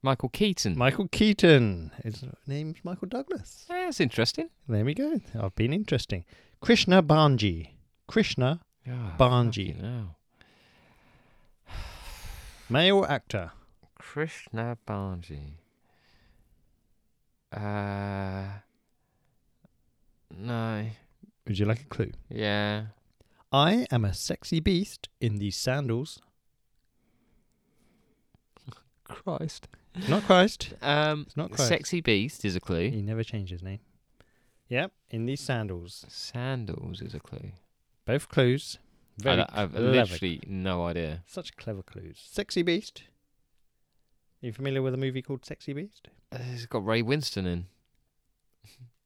[SPEAKER 2] Michael Keaton.
[SPEAKER 1] Michael Keaton. His name's Michael Douglas.
[SPEAKER 2] Eh, That's interesting.
[SPEAKER 1] There we go. I've been interesting. Krishna Banji. Krishna, Banji.
[SPEAKER 2] Ah, fucking hell.
[SPEAKER 1] male actor.
[SPEAKER 2] Krishna Banji. Uh, no.
[SPEAKER 1] Would you like a clue?
[SPEAKER 2] Yeah.
[SPEAKER 1] I am a sexy beast in these sandals.
[SPEAKER 2] Christ.
[SPEAKER 1] It's not Christ.
[SPEAKER 2] Um,
[SPEAKER 1] It's not Christ. Mm.
[SPEAKER 2] Sexy Beast is a clue.
[SPEAKER 1] He never changed his name. Yep, in these sandals.
[SPEAKER 2] Sandals is a clue.
[SPEAKER 1] Both clues.
[SPEAKER 2] I,
[SPEAKER 1] Very
[SPEAKER 2] don't- I've
[SPEAKER 1] clever.
[SPEAKER 2] literally no idea.
[SPEAKER 1] Such clever clues. Sexy Beast. Are you familiar with a movie called Sexy Beast?
[SPEAKER 2] Uh, It's got Ray Winston in.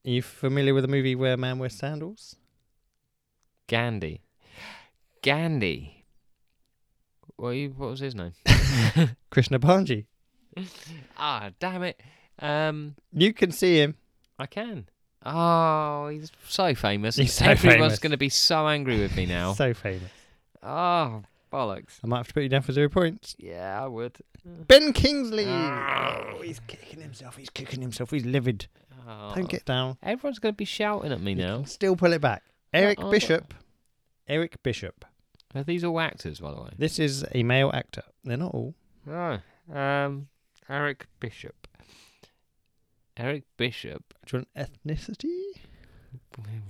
[SPEAKER 1] Are you familiar with a movie where a man wears sandals?
[SPEAKER 2] Gandhi. Gandhi. What, he- what was his name?
[SPEAKER 1] Krishna Banji.
[SPEAKER 2] ah, damn it. Um,
[SPEAKER 1] You can see him.
[SPEAKER 2] I can. Oh, he's so famous.
[SPEAKER 1] He's so
[SPEAKER 2] Everyone's
[SPEAKER 1] famous.
[SPEAKER 2] going to be so angry with me now.
[SPEAKER 1] So famous.
[SPEAKER 2] oh, bollocks.
[SPEAKER 1] I might have to put you down for zero points.
[SPEAKER 2] Yeah, I would.
[SPEAKER 1] Ben Kingsley. Oh, he's kicking himself. He's kicking himself. He's livid.
[SPEAKER 2] Ah,
[SPEAKER 1] Don't get down.
[SPEAKER 2] Everyone's going to be shouting at me
[SPEAKER 1] You
[SPEAKER 2] now.
[SPEAKER 1] can Still pull it back. Eric
[SPEAKER 2] I-
[SPEAKER 1] Bishop. Eric Bishop.
[SPEAKER 2] Are these all actors, by the way?
[SPEAKER 1] This is a male actor. They're not all.
[SPEAKER 2] No. Um, Eric Bishop. Eric Bishop.
[SPEAKER 1] Do you want ethnicity?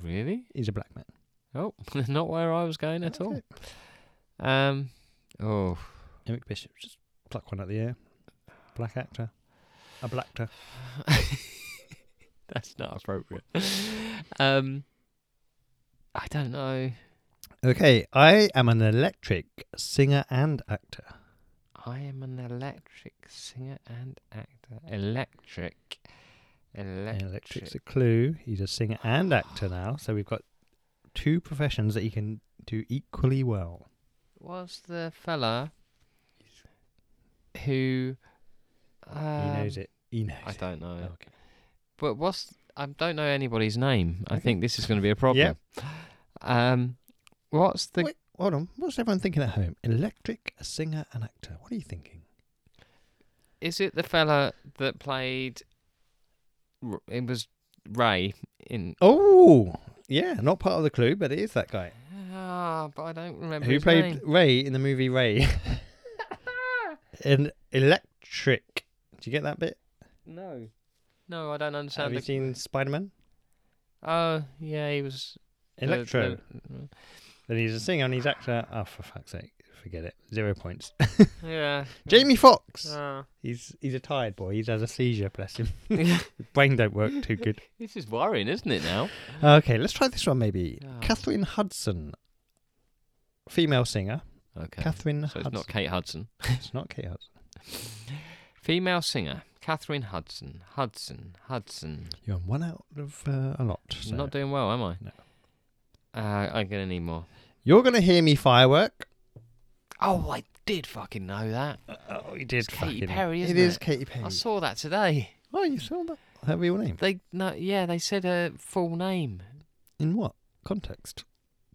[SPEAKER 2] Really?
[SPEAKER 1] He's a black man.
[SPEAKER 2] Oh, not where I was going at all.
[SPEAKER 1] Okay.
[SPEAKER 2] Um, oh,
[SPEAKER 1] Eric Bishop. Just pluck one out of the air. Black actor. A black actor.
[SPEAKER 2] that's not appropriate. um, I don't know.
[SPEAKER 1] Okay, I am an electric singer and actor.
[SPEAKER 2] I am an electric singer and actor. Electric. Electric.
[SPEAKER 1] Electric's a clue. He's a singer and actor now, so we've got two professions that he can do equally well.
[SPEAKER 2] Was the fella who. Um,
[SPEAKER 1] he knows it. Oh. He knows
[SPEAKER 2] I
[SPEAKER 1] it.
[SPEAKER 2] don't know.
[SPEAKER 1] Okay.
[SPEAKER 2] But what's I don't know anybody's name. I think this is going to be a problem. Um, what's the
[SPEAKER 1] Wait, hold on. What's everyone thinking at home? Electric, a singer and actor. What are you thinking?
[SPEAKER 2] is it the fella that played? R- It was Ray in.
[SPEAKER 1] Oh, yeah, not part of the clue, but it is that guy.
[SPEAKER 2] Ah, but I don't remember
[SPEAKER 1] Who
[SPEAKER 2] his
[SPEAKER 1] played
[SPEAKER 2] name.
[SPEAKER 1] Ray in the movie Ray? in Electric. Do you get that bit?
[SPEAKER 2] No, no, I don't
[SPEAKER 1] Have
[SPEAKER 2] understand.
[SPEAKER 1] you
[SPEAKER 2] The...
[SPEAKER 1] seen Spider Man?
[SPEAKER 2] Oh, yeah, he was the- the-
[SPEAKER 1] Electro. Then he's a singer and he's actor. Oh, for fuck's sake, forget it. Zero points.
[SPEAKER 2] yeah,
[SPEAKER 1] Jamie Fox.
[SPEAKER 2] Ah.
[SPEAKER 1] He's he's a tired boy. He's had a seizure. Bless him. His brain don't work too good.
[SPEAKER 2] this is worrying, isn't it? Now.
[SPEAKER 1] Okay, let's try this one maybe.
[SPEAKER 2] Ah.
[SPEAKER 1] Catherine Hudson, female singer.
[SPEAKER 2] Okay.
[SPEAKER 1] Catherine
[SPEAKER 2] so it's
[SPEAKER 1] Hudson.
[SPEAKER 2] not Kate Hudson.
[SPEAKER 1] It's not Kate Hudson.
[SPEAKER 2] Female singer Catherine Hudson. Hudson. Hudson.
[SPEAKER 1] You're on one out of uh, a lot.
[SPEAKER 2] I'm
[SPEAKER 1] so-
[SPEAKER 2] Not doing well, am I?
[SPEAKER 1] No.
[SPEAKER 2] Uh, I'm gonna need more.
[SPEAKER 1] You're gonna hear me firework.
[SPEAKER 2] Oh, I did fucking know that.
[SPEAKER 1] Oh, you did.
[SPEAKER 2] It's Katy
[SPEAKER 1] fucking-
[SPEAKER 2] Perry, isn't
[SPEAKER 1] It is
[SPEAKER 2] it?
[SPEAKER 1] Katy Perry.
[SPEAKER 2] I saw that today.
[SPEAKER 1] Oh, you saw that. Her real name.
[SPEAKER 2] They no, yeah, they said her full name.
[SPEAKER 1] In what context?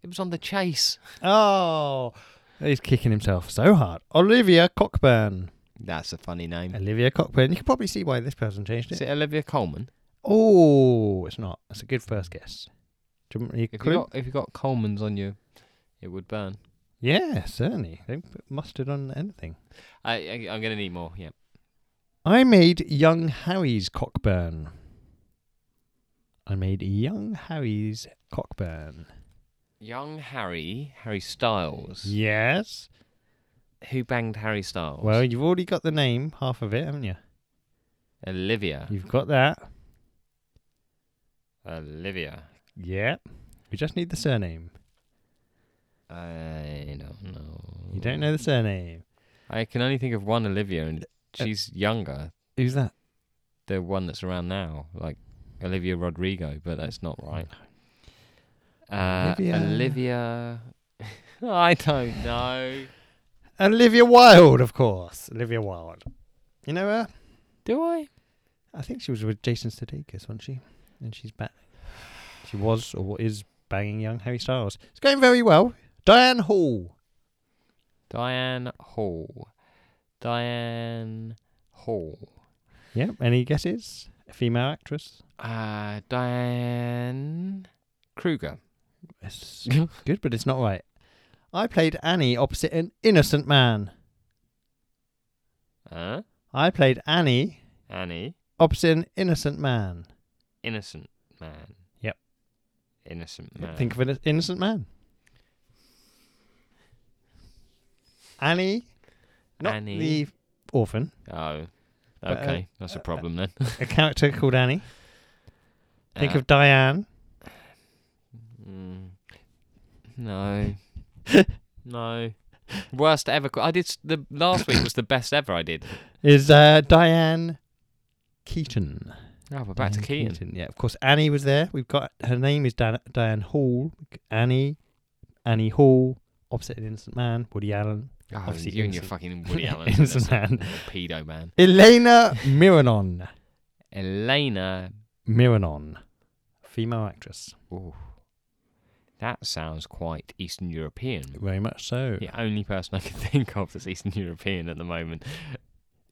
[SPEAKER 2] It was on the chase.
[SPEAKER 1] Oh, he's kicking himself so hard. Olivia Cockburn.
[SPEAKER 2] That's a funny name.
[SPEAKER 1] Olivia Cockburn. You can probably see why this person changed
[SPEAKER 2] Mm. Is
[SPEAKER 1] it.
[SPEAKER 2] it Olivia Coleman?
[SPEAKER 1] Oh, it's not. That's a good first guess. Do you want me to
[SPEAKER 2] If
[SPEAKER 1] clue?
[SPEAKER 2] you got if you got Coleman's on you, it would burn.
[SPEAKER 1] Yeah, certainly. They put mustard on anything.
[SPEAKER 2] I, I I'm gonna need more. Yeah.
[SPEAKER 1] I made young Harry's Cockburn. I made young Harry's Cockburn.
[SPEAKER 2] Young Harry, Harry Styles.
[SPEAKER 1] Yes.
[SPEAKER 2] Who banged Harry Styles?
[SPEAKER 1] Well, you've already got the name, half of it, haven't you?
[SPEAKER 2] Olivia.
[SPEAKER 1] You've got that.
[SPEAKER 2] Olivia.
[SPEAKER 1] Yeah. We just need the surname.
[SPEAKER 2] I don't know.
[SPEAKER 1] You don't know the surname.
[SPEAKER 2] I can only think of one Olivia, and
[SPEAKER 1] Uh,
[SPEAKER 2] she's younger.
[SPEAKER 1] Who's that?
[SPEAKER 2] The one that's around now, like Olivia Rodrigo, but that's not right. Uh,
[SPEAKER 1] Olivia-
[SPEAKER 2] Olivia. I don't know.
[SPEAKER 1] Olivia Wilde, of course. Olivia Wilde. You know her?
[SPEAKER 2] Do I?
[SPEAKER 1] I think she was with Jason Sudeikis, wasn't she? And she's back. She was or is banging young Harry Styles. It's going very well. Diane Hall.
[SPEAKER 2] Diane Hall. Diane Hall.
[SPEAKER 1] Yep. Any guesses? A female actress.
[SPEAKER 2] Uh, Diane Kruger.
[SPEAKER 1] It's good, but it's not right. I played Annie opposite an innocent man.
[SPEAKER 2] Huh?
[SPEAKER 1] I played Annie
[SPEAKER 2] Uh, Annie.
[SPEAKER 1] opposite an innocent man.
[SPEAKER 2] Innocent man.
[SPEAKER 1] Yep.
[SPEAKER 2] Innocent man.
[SPEAKER 1] Think of an innocent man. Annie, not
[SPEAKER 2] Annie.
[SPEAKER 1] the orphan,
[SPEAKER 2] Oh.
[SPEAKER 1] But, uh,
[SPEAKER 2] Okay, that's a
[SPEAKER 1] uh, uh,
[SPEAKER 2] problem then.
[SPEAKER 1] a character called Annie. Think
[SPEAKER 2] Uh,
[SPEAKER 1] of Diane.
[SPEAKER 2] Mm. No. no. Worst ever. qu- I did s- the last week was the best ever I did.
[SPEAKER 1] is uh, Diane Keaton.
[SPEAKER 2] Oh, we're back to
[SPEAKER 1] Diane
[SPEAKER 2] Keaton.
[SPEAKER 1] Yeah, of course. Annie was there. We've got her name is Dan- Diane Hall. Annie, Annie Hall. Opposite an innocent man. Woody Allen.
[SPEAKER 2] Oh,
[SPEAKER 1] Obviously
[SPEAKER 2] you and your
[SPEAKER 1] innocent.
[SPEAKER 2] fucking Woody Allen.
[SPEAKER 1] Innocent man.
[SPEAKER 2] Pedo man.
[SPEAKER 1] Elena Miranon.
[SPEAKER 2] Elena.
[SPEAKER 1] Miranon, female actress.
[SPEAKER 2] Ooh. That sounds quite Eastern European.
[SPEAKER 1] Very much so.
[SPEAKER 2] The only person I can think of that's Eastern European at the moment.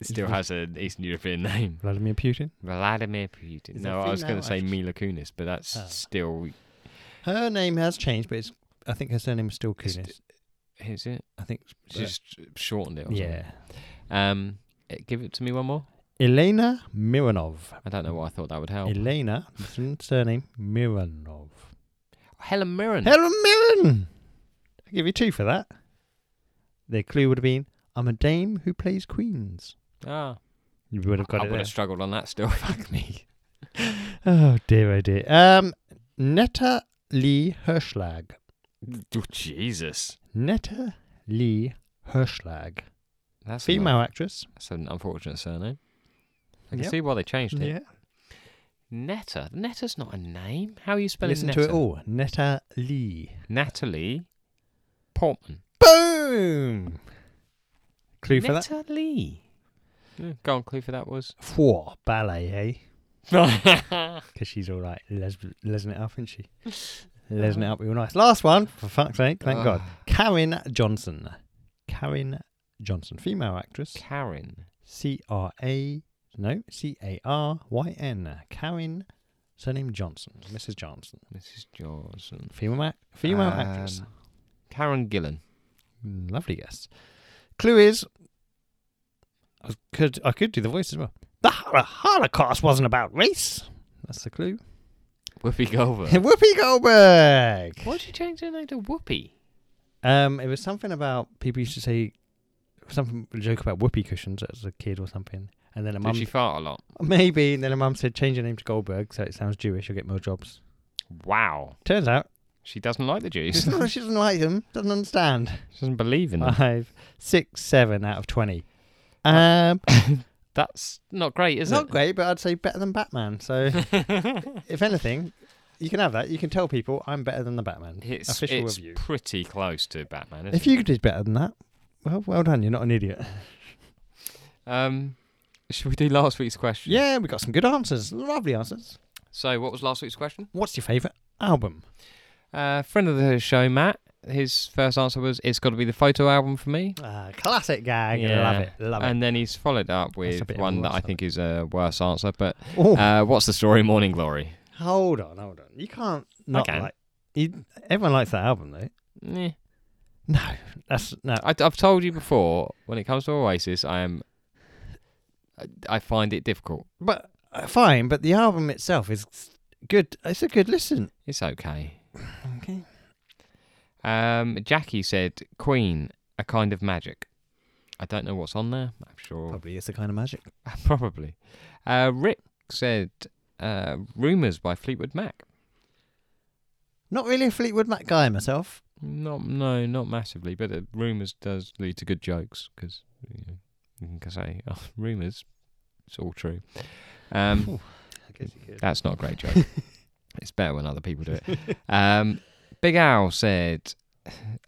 [SPEAKER 2] It still has an Eastern European name.
[SPEAKER 1] Vladimir Putin.
[SPEAKER 2] Vladimir Putin.
[SPEAKER 1] Is
[SPEAKER 2] No,
[SPEAKER 1] that
[SPEAKER 2] I was
[SPEAKER 1] female
[SPEAKER 2] going to say
[SPEAKER 1] actress?
[SPEAKER 2] Mila Kunis, but that's
[SPEAKER 1] Oh.
[SPEAKER 2] still.
[SPEAKER 1] Her name has changed, but it's, I think her surname is still
[SPEAKER 2] It's-
[SPEAKER 1] Kunis.
[SPEAKER 2] Is it?
[SPEAKER 1] I think.
[SPEAKER 2] She just shortened it. Or
[SPEAKER 1] yeah.
[SPEAKER 2] something. Um, eh, give it to me one more.
[SPEAKER 1] Elena Mironov.
[SPEAKER 2] I don't know why I thought that would
[SPEAKER 1] Oh.
[SPEAKER 2] help.
[SPEAKER 1] Elena, listen, surname Mironov.
[SPEAKER 2] Helen Mirren.
[SPEAKER 1] Helen Mirren! I'll give you two for that. Their clue would have been I'm a dame who plays queens.
[SPEAKER 2] ah,
[SPEAKER 1] You would have got
[SPEAKER 2] I
[SPEAKER 1] it.
[SPEAKER 2] would
[SPEAKER 1] there.
[SPEAKER 2] have struggled on that still. Fuck me.
[SPEAKER 1] Oh dear, oh dear. Um, Netta Lee Herschlag.
[SPEAKER 2] Oh, Jesus.
[SPEAKER 1] Netta Lee Herschlag.
[SPEAKER 2] That's an-
[SPEAKER 1] Female actress.
[SPEAKER 2] that's an unfortunate surname. I can
[SPEAKER 1] Yep.
[SPEAKER 2] see why they changed it. Netta. Netta's not a name. How are you spelling
[SPEAKER 1] Listen
[SPEAKER 2] Netta?
[SPEAKER 1] to it all. Netta Lee.
[SPEAKER 2] Natalie Portman.
[SPEAKER 1] Boom! Clue for that?
[SPEAKER 2] Natalie. Yeah, Hmm, go on, clue for that was.
[SPEAKER 1] Four. Ballet, eh?
[SPEAKER 2] Let's
[SPEAKER 1] because she's all right, les- lesing it up, isn't she? lesing it up real nice. Last one, for fuck's sake, thank God. Karen Johnson. Karen Johnson, female actress.
[SPEAKER 2] Karen.
[SPEAKER 1] C R A, no, C A R Y N. Karen, surname Johnson, Mrs. Johnson.
[SPEAKER 2] Mrs. Johnson.
[SPEAKER 1] Female, ac- female actress.
[SPEAKER 2] Um, Karen Gillan.
[SPEAKER 1] Lovely guess. Clue is, I could I could do the voice as well. The Hol- Holocaust wasn't about race. That's the clue.
[SPEAKER 2] Whoopi Goldberg.
[SPEAKER 1] Whoopi Goldberg.
[SPEAKER 2] Why'd you change her name to Whoopi?
[SPEAKER 1] Um, it was something about people used to say something a joke about whoopee cushions as a kid or something, and then a mum
[SPEAKER 2] Did she fart a lot?
[SPEAKER 1] maybe, and then a mum said change your name to Goldberg so it sounds Jewish. You'll get more jobs.
[SPEAKER 2] Wow.
[SPEAKER 1] Turns out
[SPEAKER 2] She doesn't like the
[SPEAKER 1] she
[SPEAKER 2] Jews.
[SPEAKER 1] doesn't she doesn't like them. Doesn't understand.
[SPEAKER 2] she doesn't believe in them.
[SPEAKER 1] Five, six, seven out of twenty. Um,
[SPEAKER 2] Uh, That's not great,
[SPEAKER 1] it's
[SPEAKER 2] is
[SPEAKER 1] not great, but I'd say better than Batman. So
[SPEAKER 2] it?
[SPEAKER 1] if anything, you can have that. You can tell people I'm better than the Batman.
[SPEAKER 2] it's
[SPEAKER 1] Official
[SPEAKER 2] it's
[SPEAKER 1] review.
[SPEAKER 2] pretty close to Batman, isn't
[SPEAKER 1] If you did better than that, well, well done. You're not an idiot.
[SPEAKER 2] it? Um, should we do last week's question?
[SPEAKER 1] Yeah, we got some good answers. Lovely answers.
[SPEAKER 2] So, what was last week's question?
[SPEAKER 1] What's your favourite album?
[SPEAKER 2] Uh, friend of the show, Matt. His first answer was, "It's got to be the photo album for me."
[SPEAKER 1] Uh, classic gag. Love
[SPEAKER 2] Yeah.
[SPEAKER 1] it. Love
[SPEAKER 2] and then he's followed up
[SPEAKER 1] That's a
[SPEAKER 2] with
[SPEAKER 1] bit of a
[SPEAKER 2] one that
[SPEAKER 1] worse
[SPEAKER 2] I think is a worse answer. But
[SPEAKER 1] it. Oh,
[SPEAKER 2] uh, what's the story, Morning Glory?
[SPEAKER 1] hold on, hold on. You can't not
[SPEAKER 2] can.
[SPEAKER 1] like. You, everyone likes that album, though.
[SPEAKER 2] Eh.
[SPEAKER 1] No, that's no.
[SPEAKER 2] I, have told you before. When it comes to Oasis, I am. I- I find it difficult.
[SPEAKER 1] But uh, fine. But the album itself is good. It's a good listen.
[SPEAKER 2] It's okay.
[SPEAKER 1] Okay.
[SPEAKER 2] Um, Jackie said, "Queen, a kind of magic." I don't know what's on there. I'm sure,
[SPEAKER 1] Probably it's the kind of magic.
[SPEAKER 2] probably. Uh, Rick said, uh, "Rumors by Fleetwood Mac."
[SPEAKER 1] Not really a Fleetwood Mac guy myself.
[SPEAKER 2] Not no, not massively, but uh, rumors does lead to good jokes because you, know, you can say oh, rumors. It's all true. Um,
[SPEAKER 1] I guess you could.
[SPEAKER 2] that's not a great joke. it's better when other people do it. Um, Big Al said,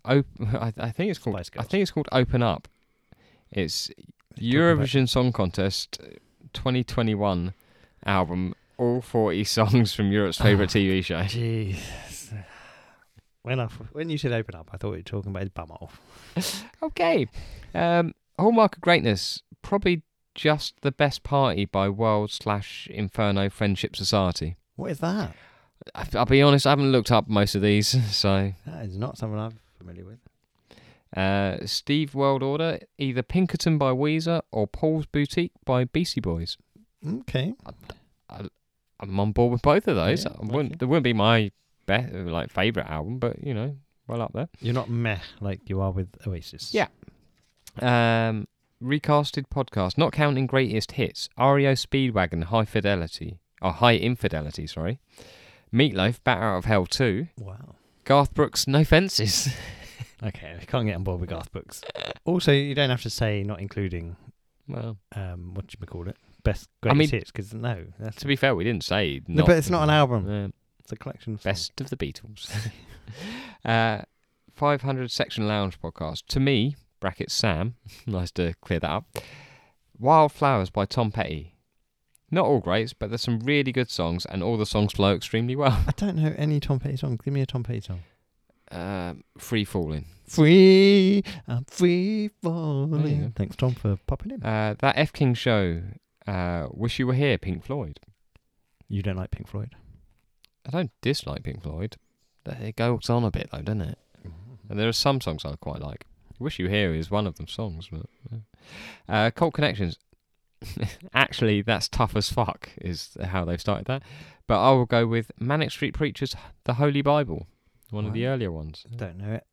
[SPEAKER 2] op- I, "I think it's called.
[SPEAKER 1] Spice
[SPEAKER 2] I
[SPEAKER 1] Girls.
[SPEAKER 2] think it's called Open Up. It's
[SPEAKER 1] about-
[SPEAKER 2] Eurovision Song Contest 2021 album. All 40 songs from Europe's favorite TV show.
[SPEAKER 1] Jesus. When I f- when you said open up, I thought you were talking about his bum off.
[SPEAKER 2] Okay. Um, Hallmark of Greatness, probably just the best party by World slash Inferno Friendship Society.
[SPEAKER 1] What is that?
[SPEAKER 2] I- I'll be honest, I haven't looked up most of these. So,
[SPEAKER 1] That is not something I'm familiar with.
[SPEAKER 2] uh, Steve World Order, either Pinkerton by Weezer or Paul's Boutique by Beastie Boys.
[SPEAKER 1] Okay.
[SPEAKER 2] I'm on board with both of those.
[SPEAKER 1] Yeah,
[SPEAKER 2] I wouldn't,
[SPEAKER 1] okay.
[SPEAKER 2] They wouldn't be my best, like favorite album, but you know, well up there.
[SPEAKER 1] You're not meh like you are with Oasis.
[SPEAKER 2] Yeah. Um, recasted podcast, not counting greatest hits. REO Speedwagon, High Fidelity, or High Infidelity, sorry. Meatloaf, Bat Out of Hell 2.
[SPEAKER 1] Wow.
[SPEAKER 2] Garth Brooks, No Fences.
[SPEAKER 1] Okay, I can't get on board with Garth books. Also, you don't have to say not including
[SPEAKER 2] well,
[SPEAKER 1] um what do you call it best
[SPEAKER 2] I
[SPEAKER 1] greatest
[SPEAKER 2] mean-
[SPEAKER 1] hits because no, that's
[SPEAKER 2] to be fair, we didn't say.
[SPEAKER 1] no, but it's not an album.
[SPEAKER 2] Uh,
[SPEAKER 1] It's a collection. Of songs.
[SPEAKER 2] best of the Beatles. uh, 500 Section Lounge podcast. To me, brackets Sam. nice to clear that up. Wildflowers by Tom Petty. Not all greats, but there's some really good songs, and all the songs flow extremely well.
[SPEAKER 1] I don't know any Tom Petty songs. Give me a Tom Petty song.
[SPEAKER 2] Um free falling.
[SPEAKER 1] Free, I'm free falling.
[SPEAKER 2] There you go.
[SPEAKER 1] Oh, Thanks, Tom, for popping in.
[SPEAKER 2] Uh, that F King show. Uh, Wish you were here, Pink Floyd.
[SPEAKER 1] You don't like Pink Floyd.
[SPEAKER 2] I don't dislike Pink Floyd. But It goes on a bit though, doesn't it? And there are some songs I quite like. Wish you were here is one of them songs. But yeah. uh, Cult Connections. Actually, that's tough as fuck is how they've started that. But I will go with Manic Street Preachers, The Holy Bible, one of the
[SPEAKER 1] Right.
[SPEAKER 2] earlier ones.
[SPEAKER 1] Don't know it.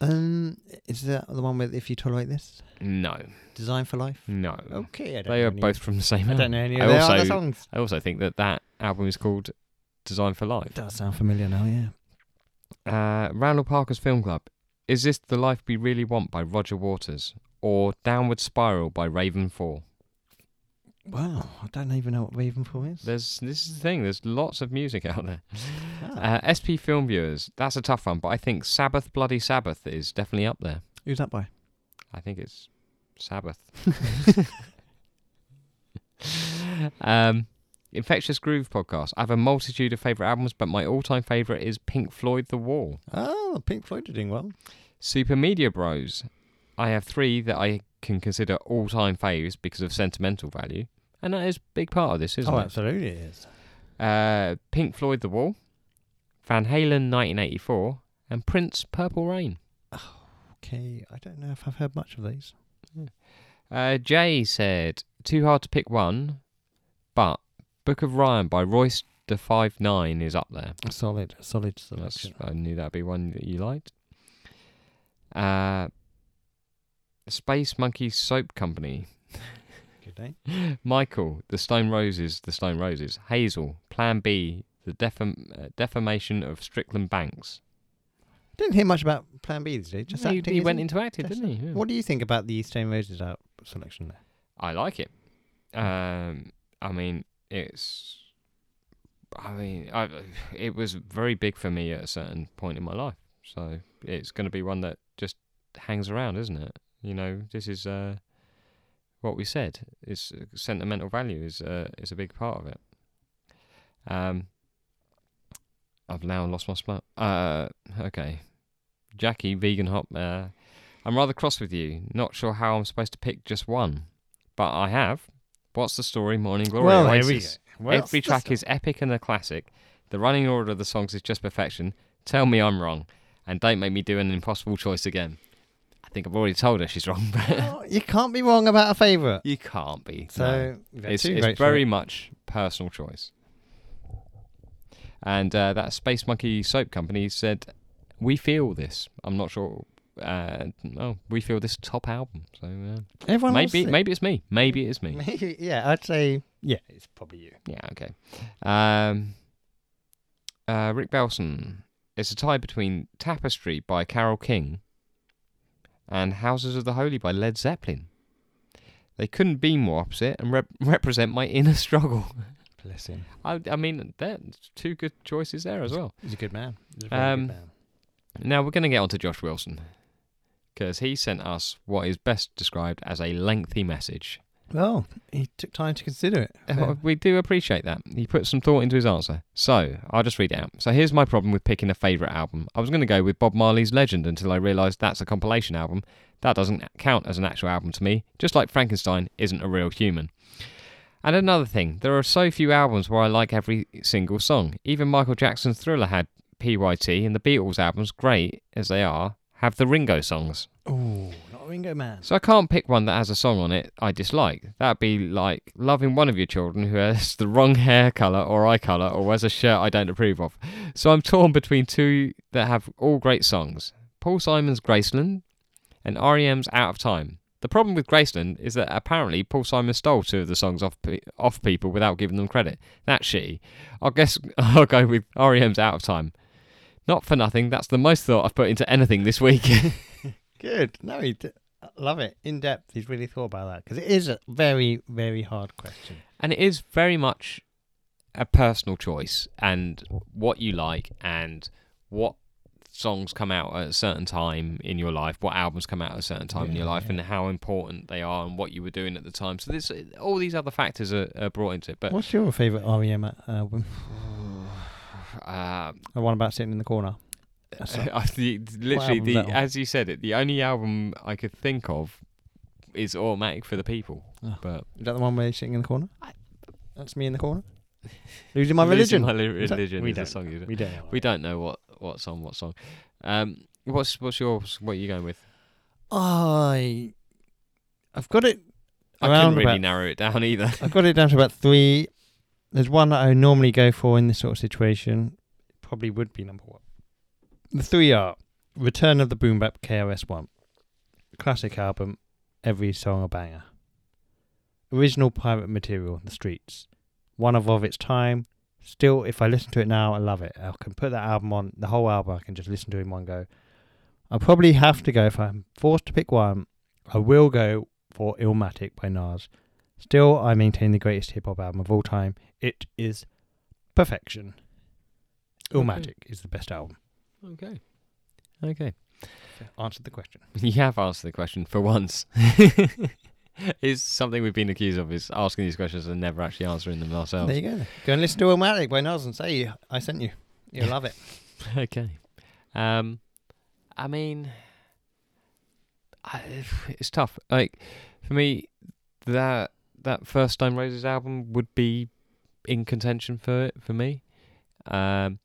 [SPEAKER 1] Um, is that the one with "If You Tolerate This"?
[SPEAKER 2] No,
[SPEAKER 1] Design for Life.
[SPEAKER 2] no.
[SPEAKER 1] Okay, Oh, I don't
[SPEAKER 2] They
[SPEAKER 1] know
[SPEAKER 2] are
[SPEAKER 1] any-
[SPEAKER 2] both from the same
[SPEAKER 1] Hmm. I
[SPEAKER 2] album.
[SPEAKER 1] don't know any
[SPEAKER 2] I
[SPEAKER 1] of the other
[SPEAKER 2] also-
[SPEAKER 1] songs.
[SPEAKER 2] I also think that that album is called Design for Life.
[SPEAKER 1] Does sound familiar now, yeah.
[SPEAKER 2] Uh, Randall Parker's Film Club. Is this the life we really want by Roger Waters or Downward Spiral by Raven Four?
[SPEAKER 1] Wow, I don't even know what Raven Four is.
[SPEAKER 2] There's this is the thing. There's lots of music out there.
[SPEAKER 1] Ah,
[SPEAKER 2] Uh, SP Film Viewers. That's a tough one, but I think Sabbath Bloody Sabbath is definitely up there.
[SPEAKER 1] who's that by?
[SPEAKER 2] I think it's Sabbath. um, Infectious Groove podcast. I have a multitude of favorite albums, but my all-time favorite is Pink Floyd The Wall.
[SPEAKER 1] Oh, Pink Floyd are doing well.
[SPEAKER 2] Super Media Bros. I have three that I can consider all time faves because of sentimental value. And that is a big part of this, isn't
[SPEAKER 1] oh,
[SPEAKER 2] it?
[SPEAKER 1] absolutely it is.
[SPEAKER 2] Uh, Pink Floyd The Wall, Van Halen 1984, and Prince Purple Rain.
[SPEAKER 1] Okay, I don't know if I've heard much of these.
[SPEAKER 2] Uh, Jay said, Too hard to pick one, but Book of Ryan by Royce the Five Nine is up there.
[SPEAKER 1] Solid, solid
[SPEAKER 2] That's,
[SPEAKER 1] selection.
[SPEAKER 2] I knew that'd be one that you liked. Uh, Space Monkey Soap Company.
[SPEAKER 1] Good name.
[SPEAKER 2] Michael, The Stone Roses, The Stone Roses. Hazel, Plan B, The defam- uh, Defamation of Strickland Banks.
[SPEAKER 1] Didn't hear much about Plan B these days. Just
[SPEAKER 2] he,
[SPEAKER 1] acting,
[SPEAKER 2] he
[SPEAKER 1] isn't
[SPEAKER 2] went
[SPEAKER 1] it?
[SPEAKER 2] into acting,
[SPEAKER 1] Just-
[SPEAKER 2] didn't he? Yeah.
[SPEAKER 1] What do you think about the Stone Roses out selection there?
[SPEAKER 2] I like it. Um, I mean, it's. I mean, I, it was very big for me at a certain point in my life. So it's going to be one that just hangs around, isn't it? You know, this is uh, what we said. It's uh, sentimental value is uh, is a big part of it. Um, I've now lost my spot. Uh, okay, Jackie, vegan hop. Uh, I'm rather cross with you. Not sure how I'm supposed to pick just one, but I have. What's the story? Morning Glory.
[SPEAKER 1] well, here we go.
[SPEAKER 2] Oasis.
[SPEAKER 1] Well,
[SPEAKER 2] Every
[SPEAKER 1] that's-
[SPEAKER 2] track is epic and a classic. The running order of the songs is just perfection. Tell me I'm wrong, and don't make me do an impossible choice again. I think I've already told her she's wrong, but
[SPEAKER 1] Oh, you can't be wrong about a favourite.
[SPEAKER 2] you can't be. no.
[SPEAKER 1] So you've had
[SPEAKER 2] it's,
[SPEAKER 1] two
[SPEAKER 2] it's
[SPEAKER 1] great
[SPEAKER 2] very
[SPEAKER 1] choices.
[SPEAKER 2] much personal choice. And uh, that Space Monkey soap company said, "We feel this." I'm not sure. Uh, no, we feel this top album. So uh,
[SPEAKER 1] Everyone else
[SPEAKER 2] maybe,
[SPEAKER 1] is-
[SPEAKER 2] maybe it's me. Maybe it is me.
[SPEAKER 1] maybe yeah. I'd say yeah. It's probably you.
[SPEAKER 2] Yeah, okay. Um, uh, Rick Belson. It's a tie between Tapestry by Carol King and Houses of the Holy by Led Zeppelin. They couldn't be more opposite and rep- represent my inner struggle.
[SPEAKER 1] Bless him.
[SPEAKER 2] I, I mean, there's two good choices there as well.
[SPEAKER 1] He's a good man. He's a
[SPEAKER 2] very good Um,
[SPEAKER 1] man.
[SPEAKER 2] Now we're going to get on to Josh Wilson because he sent us what is best described as a lengthy message.
[SPEAKER 1] Well, he took time to consider it.
[SPEAKER 2] Uh, We do appreciate that. He put some thought into his answer. So, I'll just read it out. So, here's my problem with picking a favourite album. I was going to go with Bob Marley's Legend until I realised that's a compilation album. That doesn't count as an actual album to me, just like Frankenstein isn't a real human. And another thing, there are so few albums where I like every single song. Even Michael Jackson's Thriller had PYT, and the Beatles albums, great as they are, have the Ringo songs.
[SPEAKER 1] Oh, not a Ringo man.
[SPEAKER 2] So I can't pick one that has a song on it I dislike. That'd be like loving one of your children who has the wrong hair colour or eye colour or wears a shirt I don't approve of. So I'm torn between two that have all great songs Paul Simon's Graceland and REM's Out of Time. The problem with Graceland is that apparently Paul Simon stole two of the songs off pe- off people without giving them credit. That's shitty. I guess I'll go with REM's Out of Time. Not for nothing, that's the most thought I've put into anything this week.
[SPEAKER 1] Good. No, he did. I Love it. In depth. He's really thought about that because it is a very, very hard question.
[SPEAKER 2] And it is very much a personal choice and what you like and what songs come out at a certain time in your life, what albums come out at a certain time in
[SPEAKER 1] Yeah,
[SPEAKER 2] your life,
[SPEAKER 1] yeah.
[SPEAKER 2] and how important they are and what you were doing at the time. So this, all these other factors are, are brought into it. But
[SPEAKER 1] What's your E uh, favourite REM a- album?
[SPEAKER 2] uh,
[SPEAKER 1] The one about sitting in the corner. That's right.
[SPEAKER 2] um, I- the- literally,
[SPEAKER 1] album's
[SPEAKER 2] the,
[SPEAKER 1] that one?
[SPEAKER 2] as you said it, the only album I could think of is Automatic for the People.
[SPEAKER 1] Oh.
[SPEAKER 2] But
[SPEAKER 1] Is that the one where you're sitting in the corner? That's me in the corner. Losing
[SPEAKER 2] Losing
[SPEAKER 1] my religion.
[SPEAKER 2] My li-
[SPEAKER 1] Is that-
[SPEAKER 2] religion
[SPEAKER 1] we
[SPEAKER 2] is a
[SPEAKER 1] don't
[SPEAKER 2] song. you-
[SPEAKER 1] we don't.
[SPEAKER 2] We don't know what what song what song. Um, what's what's yours? What are you going with?
[SPEAKER 1] I. I've got it.
[SPEAKER 2] I couldn't
[SPEAKER 1] around
[SPEAKER 2] really
[SPEAKER 1] about-
[SPEAKER 2] narrow it down either.
[SPEAKER 1] I've got it down to about three. There's one that I normally go for in this sort of situation. Probably would be number one. The three are Return of the Boom Bap KRS One, classic album, every song a banger. Original pirate material, The Streets, one of of its time. Still, if I listen to it now, I love it. I can put that album on the whole album. I can just listen to it in one go. I probably have to go if I'm forced to pick one. I will go for Illmatic by Nas. Still, I maintain the greatest hip hop album of all time. It is perfection. Illmatic is the best album.
[SPEAKER 2] Okay. Okay.
[SPEAKER 1] Answered the question.
[SPEAKER 2] You have answered the question for once. It's something we've been accused of is asking these questions and never actually answering them ourselves.
[SPEAKER 1] There you go. Go and listen to Illmatic by Nas and say I sent you. You'll love it.
[SPEAKER 2] okay. Um, I mean, I, it's tough. Like for me, that that first Stone Roses album would be in contention for it for me. Um,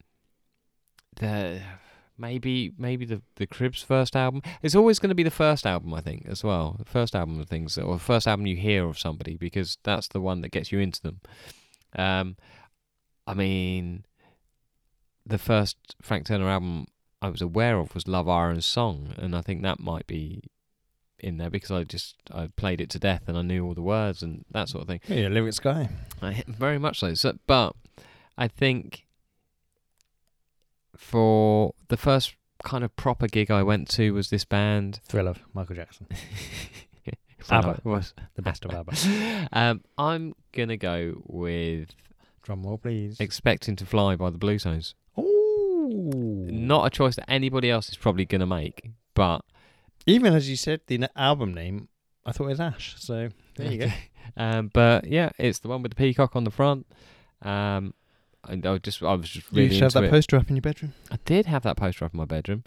[SPEAKER 2] the maybe maybe the the Cribs first album. It's always going to be the first album, I think, as well. The first album of things, or the first album you hear of somebody, because that's the one that gets you into them. Um, I mean, the first Frank Turner album I was aware of was Love Iron's Song, and I think that might be in there because I just I played it to death and I knew all the words and that sort of thing.
[SPEAKER 1] Yeah, lyrics guy.
[SPEAKER 2] I, very much so. so. But I think for the first kind of proper gig I went to was this band.
[SPEAKER 1] Thrill of Michael Jackson.
[SPEAKER 2] Well,
[SPEAKER 1] ABBA.
[SPEAKER 2] it was-
[SPEAKER 1] The best of ABBA.
[SPEAKER 2] um, I'm gonna go with
[SPEAKER 1] Drum roll, please.
[SPEAKER 2] "Expecting to Fly" by the Blue Tones.
[SPEAKER 1] Ooh.
[SPEAKER 2] not a choice that anybody else is probably going to make. But
[SPEAKER 1] Even as you said the n- album name, I thought it was Ash. So there you go.
[SPEAKER 2] um, but yeah, it's the one with the peacock on the front. Um, and I was just I was just
[SPEAKER 1] You
[SPEAKER 2] really
[SPEAKER 1] should have
[SPEAKER 2] into
[SPEAKER 1] that
[SPEAKER 2] it.
[SPEAKER 1] poster up in your bedroom.
[SPEAKER 2] I did have that poster up in my bedroom.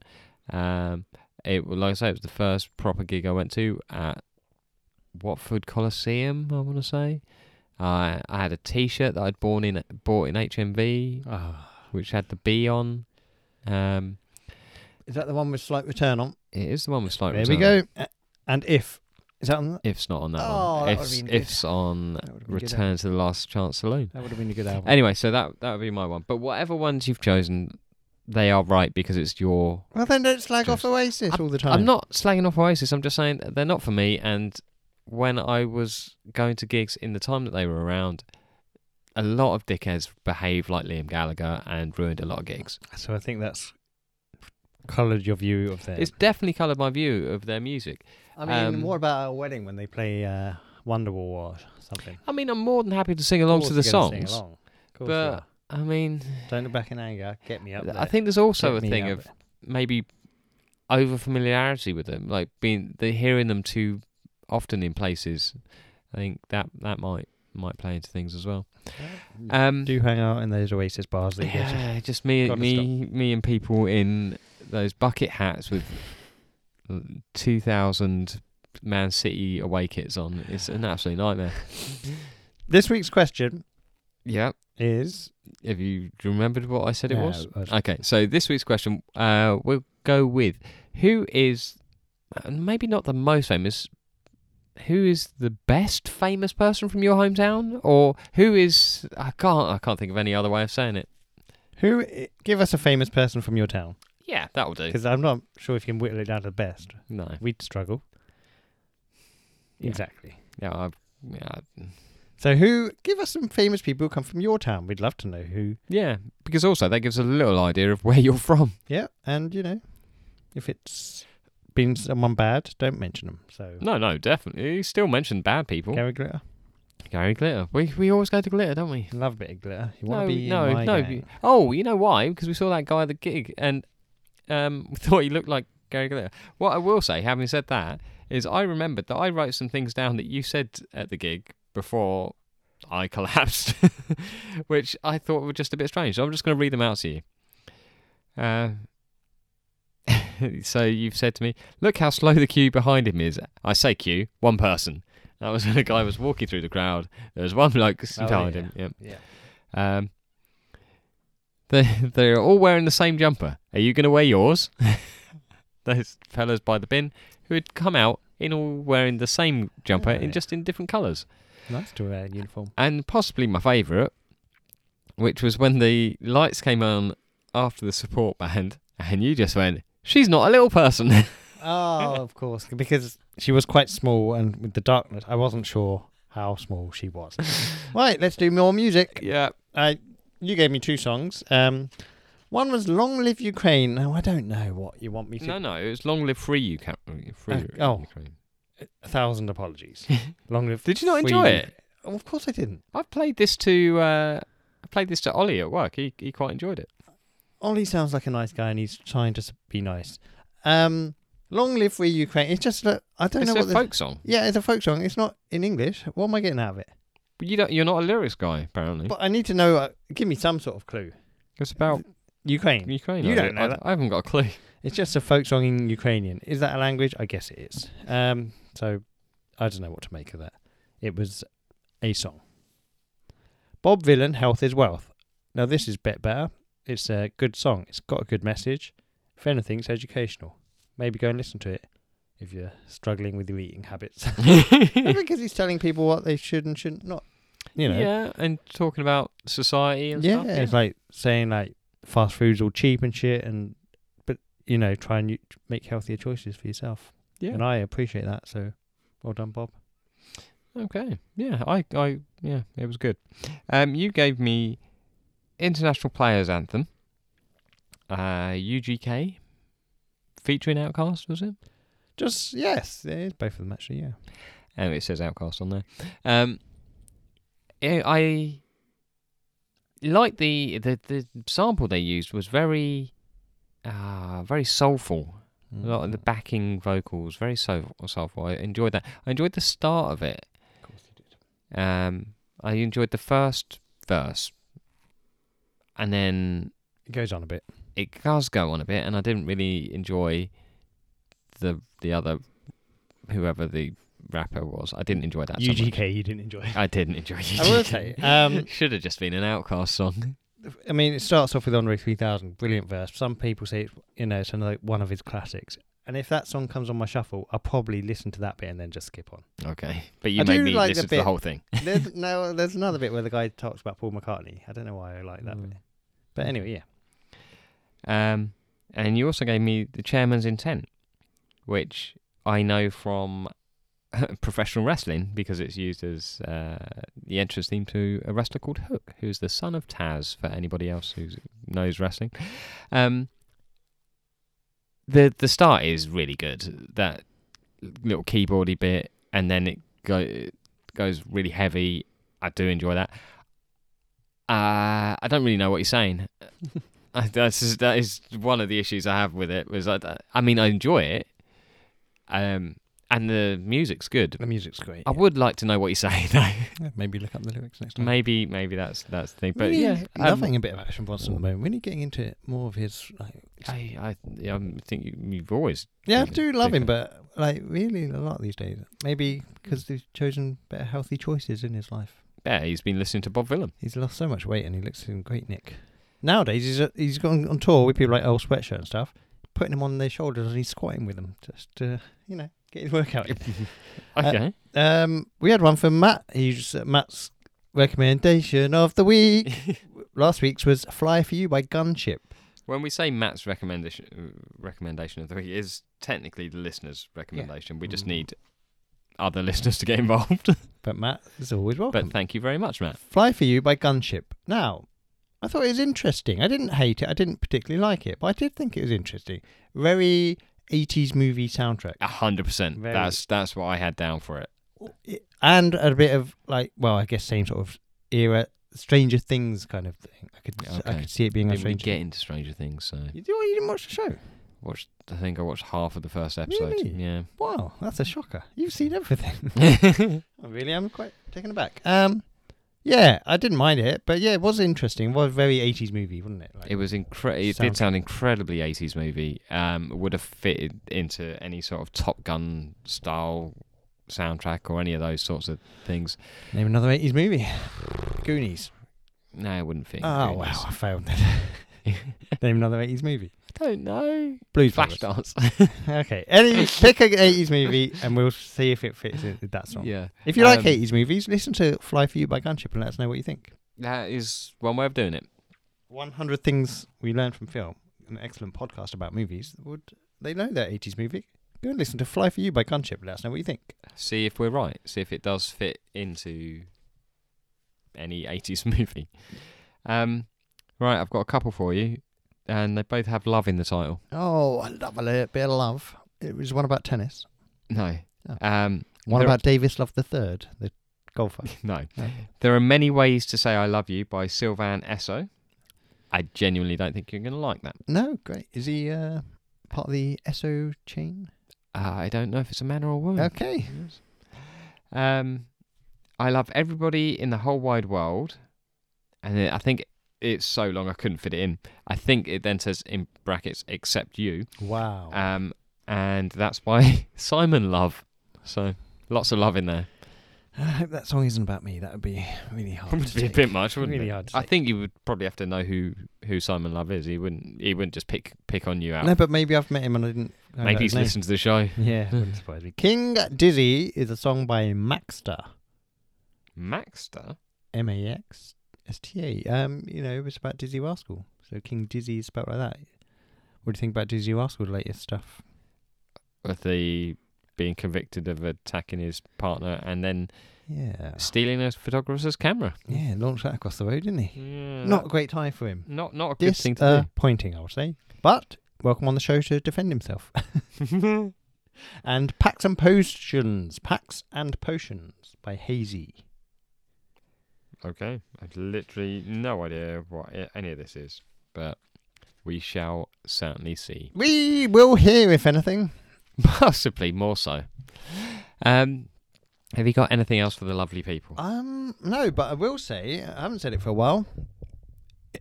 [SPEAKER 2] Um, it like I say, it was the first proper gig I went to at Watford Coliseum. I want to say. I I had a T-shirt that I'd born in bought in HMV,
[SPEAKER 1] Ah,
[SPEAKER 2] which had the B on. Um,
[SPEAKER 1] Is that the one with slight return on?
[SPEAKER 2] it is the one with slight.
[SPEAKER 1] there we
[SPEAKER 2] return.
[SPEAKER 1] go. A- And if. Is that on that?
[SPEAKER 2] If's not on that
[SPEAKER 1] Oh,
[SPEAKER 2] one.
[SPEAKER 1] that would've
[SPEAKER 2] If's,
[SPEAKER 1] been good.
[SPEAKER 2] if's on
[SPEAKER 1] That would've been good, eh?
[SPEAKER 2] Return to the Last Chance Saloon.
[SPEAKER 1] That would have been a good album.
[SPEAKER 2] Anyway, so that that would be my one. But whatever ones you've chosen, they are right because it's your.
[SPEAKER 1] well, then don't slag off Oasis all the time.
[SPEAKER 2] I'm not slagging off Oasis. I'm just saying they're not for me. And when I was going to gigs in the time that they were around, a lot of dickheads behaved like Liam Gallagher and ruined a lot of gigs.
[SPEAKER 1] So I think that's coloured your view of them.
[SPEAKER 2] It's definitely coloured my view of their music.
[SPEAKER 1] I mean,
[SPEAKER 2] um,
[SPEAKER 1] what about a wedding when they play uh, Wonderwall or something?
[SPEAKER 2] I mean, I'm more than happy to sing
[SPEAKER 1] Of
[SPEAKER 2] along
[SPEAKER 1] course
[SPEAKER 2] to the
[SPEAKER 1] you're gonna sing
[SPEAKER 2] songs.
[SPEAKER 1] along. Of course you
[SPEAKER 2] but-
[SPEAKER 1] are.
[SPEAKER 2] I mean,
[SPEAKER 1] don't look back in anger. Get me up. There.
[SPEAKER 2] I think there's also
[SPEAKER 1] Get
[SPEAKER 2] a
[SPEAKER 1] me
[SPEAKER 2] thing
[SPEAKER 1] up
[SPEAKER 2] of maybe over familiarity with them, like being the hearing them too often in places. I think that that might might play into things as well.
[SPEAKER 1] there.
[SPEAKER 2] Um,
[SPEAKER 1] Do hang out in those Oasis bars that you go to.
[SPEAKER 2] yeah, just me
[SPEAKER 1] Gotta
[SPEAKER 2] me me and people in those bucket hats with two thousand Man City away kits on. It's an absolute nightmare.
[SPEAKER 1] This week's question
[SPEAKER 2] yeah.
[SPEAKER 1] is.
[SPEAKER 2] Have you remembered what I said it
[SPEAKER 1] No,
[SPEAKER 2] was?
[SPEAKER 1] I was-
[SPEAKER 2] Okay, so this week's question, uh, we'll go with who is uh, maybe not the most famous, who is the best famous person from your hometown, or who is I can't I can't think of any other way of saying it.
[SPEAKER 1] Who i- give us a famous person from your town?
[SPEAKER 2] Yeah, that'll do.
[SPEAKER 1] Because I'm not sure if you can whittle it down to the best.
[SPEAKER 2] No,
[SPEAKER 1] We'd struggle.
[SPEAKER 2] Yeah.
[SPEAKER 1] Exactly.
[SPEAKER 2] yeah, I, yeah, I-
[SPEAKER 1] So who? Give us some famous people who come from your town. We'd love to know who
[SPEAKER 2] yeah, because also that gives a little idea of where you're from.
[SPEAKER 1] Yeah, and you know, if it's been someone bad, don't mention them. So
[SPEAKER 2] No, no, definitely. You still mentioned bad people.
[SPEAKER 1] Gary Glitter,
[SPEAKER 2] Gary Glitter. We we always go to Glitter, don't we?
[SPEAKER 1] love a bit of glitter. You want
[SPEAKER 2] no,
[SPEAKER 1] to be
[SPEAKER 2] no,
[SPEAKER 1] in my
[SPEAKER 2] no.
[SPEAKER 1] gang.
[SPEAKER 2] Oh, you know why? Because we saw that guy at the gig and um, we thought he looked like Gary Glitter. What I will say, having said that, is I remembered that I wrote some things down that you said at the gig before I collapsed, which I thought were just a bit strange. So I'm just going to read them out to you. Uh, so you've said to me, look how slow the queue behind him is. I say queue, one person. That was when a guy was walking through the crowd. There was one bloke
[SPEAKER 1] Oh,
[SPEAKER 2] behind
[SPEAKER 1] yeah.
[SPEAKER 2] him. Yep.
[SPEAKER 1] Yeah.
[SPEAKER 2] Um, they they're all wearing the same jumper. Are you going to wear yours? Those fellas by the bin who had come out in all wearing the same jumper,
[SPEAKER 1] Yeah.
[SPEAKER 2] in just in different colours.
[SPEAKER 1] Nice to wear a uniform.
[SPEAKER 2] And possibly my favourite, which was when the lights came on after the support band, and you just went, "She's not a little person."
[SPEAKER 1] Oh, of course, because she was quite small, and with the darkness, I wasn't sure how small she was. right, let's do more music.
[SPEAKER 2] yeah.
[SPEAKER 1] I, you gave me two songs. Um, one was "Long Live Ukraine." Now I don't know what you want me to.
[SPEAKER 2] No, no. It was "Long Live Free Ukraine." Free
[SPEAKER 1] Uh, oh.
[SPEAKER 2] Ukraine.
[SPEAKER 1] A thousand apologies. Long live.
[SPEAKER 2] Did you not
[SPEAKER 1] free-
[SPEAKER 2] enjoy it?
[SPEAKER 1] Oh, of course I didn't.
[SPEAKER 2] I've played this to uh, I played this to Ollie at work. He he quite enjoyed it.
[SPEAKER 1] Ollie sounds like a nice guy, and he's trying to s- be nice. Um, "Long Live Free Ukraine." It's just that I don't
[SPEAKER 2] It's
[SPEAKER 1] know
[SPEAKER 2] a
[SPEAKER 1] what. the-
[SPEAKER 2] folk song.
[SPEAKER 1] yeah, it's a folk song. It's not in English. What am I getting out of it?
[SPEAKER 2] But you don't, you're not a lyrics guy apparently.
[SPEAKER 1] But I need to know. Uh, give me some sort of clue.
[SPEAKER 2] it's about
[SPEAKER 1] Ukraine.
[SPEAKER 2] Ukraine.
[SPEAKER 1] You
[SPEAKER 2] I
[SPEAKER 1] don't know
[SPEAKER 2] I,
[SPEAKER 1] that.
[SPEAKER 2] I haven't got a clue.
[SPEAKER 1] It's just a folk song in Ukrainian. Is that a language? I guess it is. Um, so I don't know what to make of that. It was a song. Bob Villain, Health is Wealth. Now, this is Bet Better. It's a good song. It's got a good message. If anything, it's educational. Maybe go and listen to it if you're struggling with your eating habits. because he's telling people what they should and shouldn't not. You know,
[SPEAKER 2] Yeah, and talking about society and
[SPEAKER 1] yeah,
[SPEAKER 2] stuff.
[SPEAKER 1] it's like saying like fast food's all cheap and shit, and but you know, try and you, make healthier choices for yourself.
[SPEAKER 2] Yeah.
[SPEAKER 1] and I appreciate that. So, well done, Bob.
[SPEAKER 2] Okay. Yeah, I, I, yeah, it was good. Um, you gave me International Players Anthem, uh, UGK, featuring Outcast, was it?
[SPEAKER 1] Just yes, it is both of them actually. Yeah,
[SPEAKER 2] Um, it says Outcast on there. Um, I, I like the, the the sample they used was very, uh, very soulful. A lot of
[SPEAKER 1] Mm.
[SPEAKER 2] the backing vocals, very soul- soulful. I enjoyed that. I enjoyed the start of it.
[SPEAKER 1] Of course they did.
[SPEAKER 2] Um, I enjoyed the first verse, and then
[SPEAKER 1] It goes on a bit.
[SPEAKER 2] it does go on a bit, and I didn't really enjoy the the other whoever the rapper was. I didn't enjoy that. so much.
[SPEAKER 1] UGK, you didn't enjoy.
[SPEAKER 2] I didn't enjoy UGK.
[SPEAKER 1] I will say, um,
[SPEAKER 2] should have just been an Outcast song.
[SPEAKER 1] I mean, it starts off with Andre 3000, brilliant verse. Some people say it's you know it's another one of his classics. And if that song comes on my shuffle, I'll probably listen to that bit and then just skip on.
[SPEAKER 2] Okay, but you
[SPEAKER 1] I
[SPEAKER 2] made
[SPEAKER 1] do
[SPEAKER 2] me
[SPEAKER 1] like the
[SPEAKER 2] listen to the
[SPEAKER 1] bit-
[SPEAKER 2] whole thing.
[SPEAKER 1] There's no, there's another bit where the guy talks about Paul McCartney. I don't know why I like that bit, but anyway, yeah.
[SPEAKER 2] Um, and you also gave me the chairman's intent, which I know from professional wrestling because it's used as uh, the entrance theme to a wrestler called Hook, who's the son of Taz. For anybody else who knows wrestling, um, the the start is really good. That little keyboardy bit, and then it go it goes really heavy. I do enjoy that. Uh, I don't really know what he's saying. I, that's just- that is one of the issues I have with it. Was I, I mean, I enjoy it, um, and the music's good.
[SPEAKER 1] The music's great.
[SPEAKER 2] I would like to know what he's saying though.
[SPEAKER 1] Maybe look up the lyrics next
[SPEAKER 2] maybe, maybe that's that's the thing. But
[SPEAKER 1] really
[SPEAKER 2] yeah, um,
[SPEAKER 1] loving a bit of Action Bronson at the moment. Really getting into it more of his. Like,
[SPEAKER 2] I, I, yeah, I think you, you've always
[SPEAKER 1] yeah, I
[SPEAKER 2] Big-
[SPEAKER 1] do love
[SPEAKER 2] big
[SPEAKER 1] him, but like really a lot these days. Maybe because he's chosen better healthy choices in his life.
[SPEAKER 2] yeah. He's been listening to Bob Villain.
[SPEAKER 1] He's lost so much weight and he looks in great nick. Nowadays he's a, he's gone on tour with people like Earl Sweatshirt and stuff, putting him on their shoulders and he's squatting with them just to you know get his
[SPEAKER 2] Uh,
[SPEAKER 1] workout. in.
[SPEAKER 2] Okay,
[SPEAKER 1] Um, we had one from Matt. He's uh, Matt's recommendation of the week. Last week's was "Fly for You" by Gunship.
[SPEAKER 2] when we say Matt's recommendation uh, recommendation of the week is technically the listener's recommendation. We just
[SPEAKER 1] Mm.
[SPEAKER 2] need other listeners to get involved.
[SPEAKER 1] But Matt is always welcome.
[SPEAKER 2] but thank you very much, Matt.
[SPEAKER 1] Fly for You by Gunship. Now, I thought it was interesting. I didn't hate it. I didn't particularly like it, but I did think it was interesting. Very 80s movie soundtrack.
[SPEAKER 2] A hundred percent.
[SPEAKER 1] Very-
[SPEAKER 2] That's that's what I had down for it.
[SPEAKER 1] And a bit of like, well, I guess same sort of era, Stranger Things kind of thing. I could, I
[SPEAKER 2] Okay.
[SPEAKER 1] could see it being on
[SPEAKER 2] Didn't we
[SPEAKER 1] Stranger.
[SPEAKER 2] get into Stranger Things? So
[SPEAKER 1] you, do- you didn't watch the show.
[SPEAKER 2] watched. I think I watched half of the first episode.
[SPEAKER 1] Really?
[SPEAKER 2] Yeah.
[SPEAKER 1] Wow, that's a shocker. You've seen everything. I really am quite taken aback. Um, Yeah, I didn't mind it, but yeah, it was interesting. It was a very 80s movie, wasn't it? Like,
[SPEAKER 2] It was incre- It did
[SPEAKER 1] Sounds-
[SPEAKER 2] sound incredibly 80s movie. Um, would have fitted into any sort of Top Gun style soundtrack or any of those sorts of things.
[SPEAKER 1] Name another 80s movie. Goonies.
[SPEAKER 2] No, it wouldn't fit. in
[SPEAKER 1] Oh,
[SPEAKER 2] Goonies.
[SPEAKER 1] wow, I failed then. Name another 80s movie.
[SPEAKER 2] I don't know.
[SPEAKER 1] Blues Brothers.
[SPEAKER 2] Flashdance.
[SPEAKER 1] Okay, any pick an 80s movie and we'll see if it fits in that song.
[SPEAKER 2] yeah,
[SPEAKER 1] If you like
[SPEAKER 2] Um,
[SPEAKER 1] 80s movies, listen to Fly For You by Gunship and let us know what you think.
[SPEAKER 2] that is one way of doing it.
[SPEAKER 1] 100 Things We Learned From Film, an excellent podcast about movies. Would They know their 80s movie. Go and listen to Fly For You by Gunship and let us know what you think.
[SPEAKER 2] See if we're right. See if it does fit into any 80s movie. Um, right, I've got a couple for you, and they both have love in the title.
[SPEAKER 1] Oh, I love a little bit of love. It was one about tennis.
[SPEAKER 2] No.
[SPEAKER 1] Oh.
[SPEAKER 2] Um,
[SPEAKER 1] One
[SPEAKER 2] There-
[SPEAKER 1] about Davis Love the Third, the golfer.
[SPEAKER 2] no.
[SPEAKER 1] No.
[SPEAKER 2] There are many ways to say I love you by Sylvan Esso. I genuinely don't think you're going to like that.
[SPEAKER 1] No, great. Is he uh, part of the SO chain?
[SPEAKER 2] Uh, I don't know if it's a man or a woman.
[SPEAKER 1] Okay.
[SPEAKER 2] Um, I love everybody in the whole wide world, and then I think it's so long I couldn't fit it in. I think it then says in brackets except you,
[SPEAKER 1] Wow.
[SPEAKER 2] um, and that's by Simon Love. So lots of love in there.
[SPEAKER 1] I hope that song isn't about me. That would be really hard.
[SPEAKER 2] Would
[SPEAKER 1] to
[SPEAKER 2] be a
[SPEAKER 1] take.
[SPEAKER 2] bit much, wouldn't
[SPEAKER 1] Really
[SPEAKER 2] it?
[SPEAKER 1] hard to
[SPEAKER 2] I
[SPEAKER 1] take.
[SPEAKER 2] think you would probably have to know who, who Simon Love is. He wouldn't. He wouldn't just pick pick on you out.
[SPEAKER 1] No, but maybe I've met him and I didn't. know
[SPEAKER 2] Maybe
[SPEAKER 1] that
[SPEAKER 2] he's
[SPEAKER 1] name.
[SPEAKER 2] listened to the show.
[SPEAKER 1] Yeah, wouldn't surprise me. King Dizzy is a song by Maxter.
[SPEAKER 2] Maxter?
[SPEAKER 1] M A X S T A. Um, you know, it's about Dizzy Rascal. So King Dizzy is about like that. What do you think about Dizzy Rascal's latest stuff?
[SPEAKER 2] With the being convicted of attacking his partner and then
[SPEAKER 1] Yeah.
[SPEAKER 2] stealing a photographer's camera.
[SPEAKER 1] Yeah, launched that across the road, didn't he?
[SPEAKER 2] Yeah,
[SPEAKER 1] Not a
[SPEAKER 2] that-
[SPEAKER 1] great time for him.
[SPEAKER 2] not not a good thing to
[SPEAKER 1] disappointing, uh, I would say. But welcome on the show to defend himself.
[SPEAKER 2] do.
[SPEAKER 1] And Packs and Potions, Packs and Potions by Hazy.
[SPEAKER 2] okay, I've literally no idea what i- any of this is, but we shall certainly see.
[SPEAKER 1] We will hear if anything.
[SPEAKER 2] Possibly more so. Um, have you got anything else for the lovely people?
[SPEAKER 1] Um, no, but I will say I haven't said it for a while.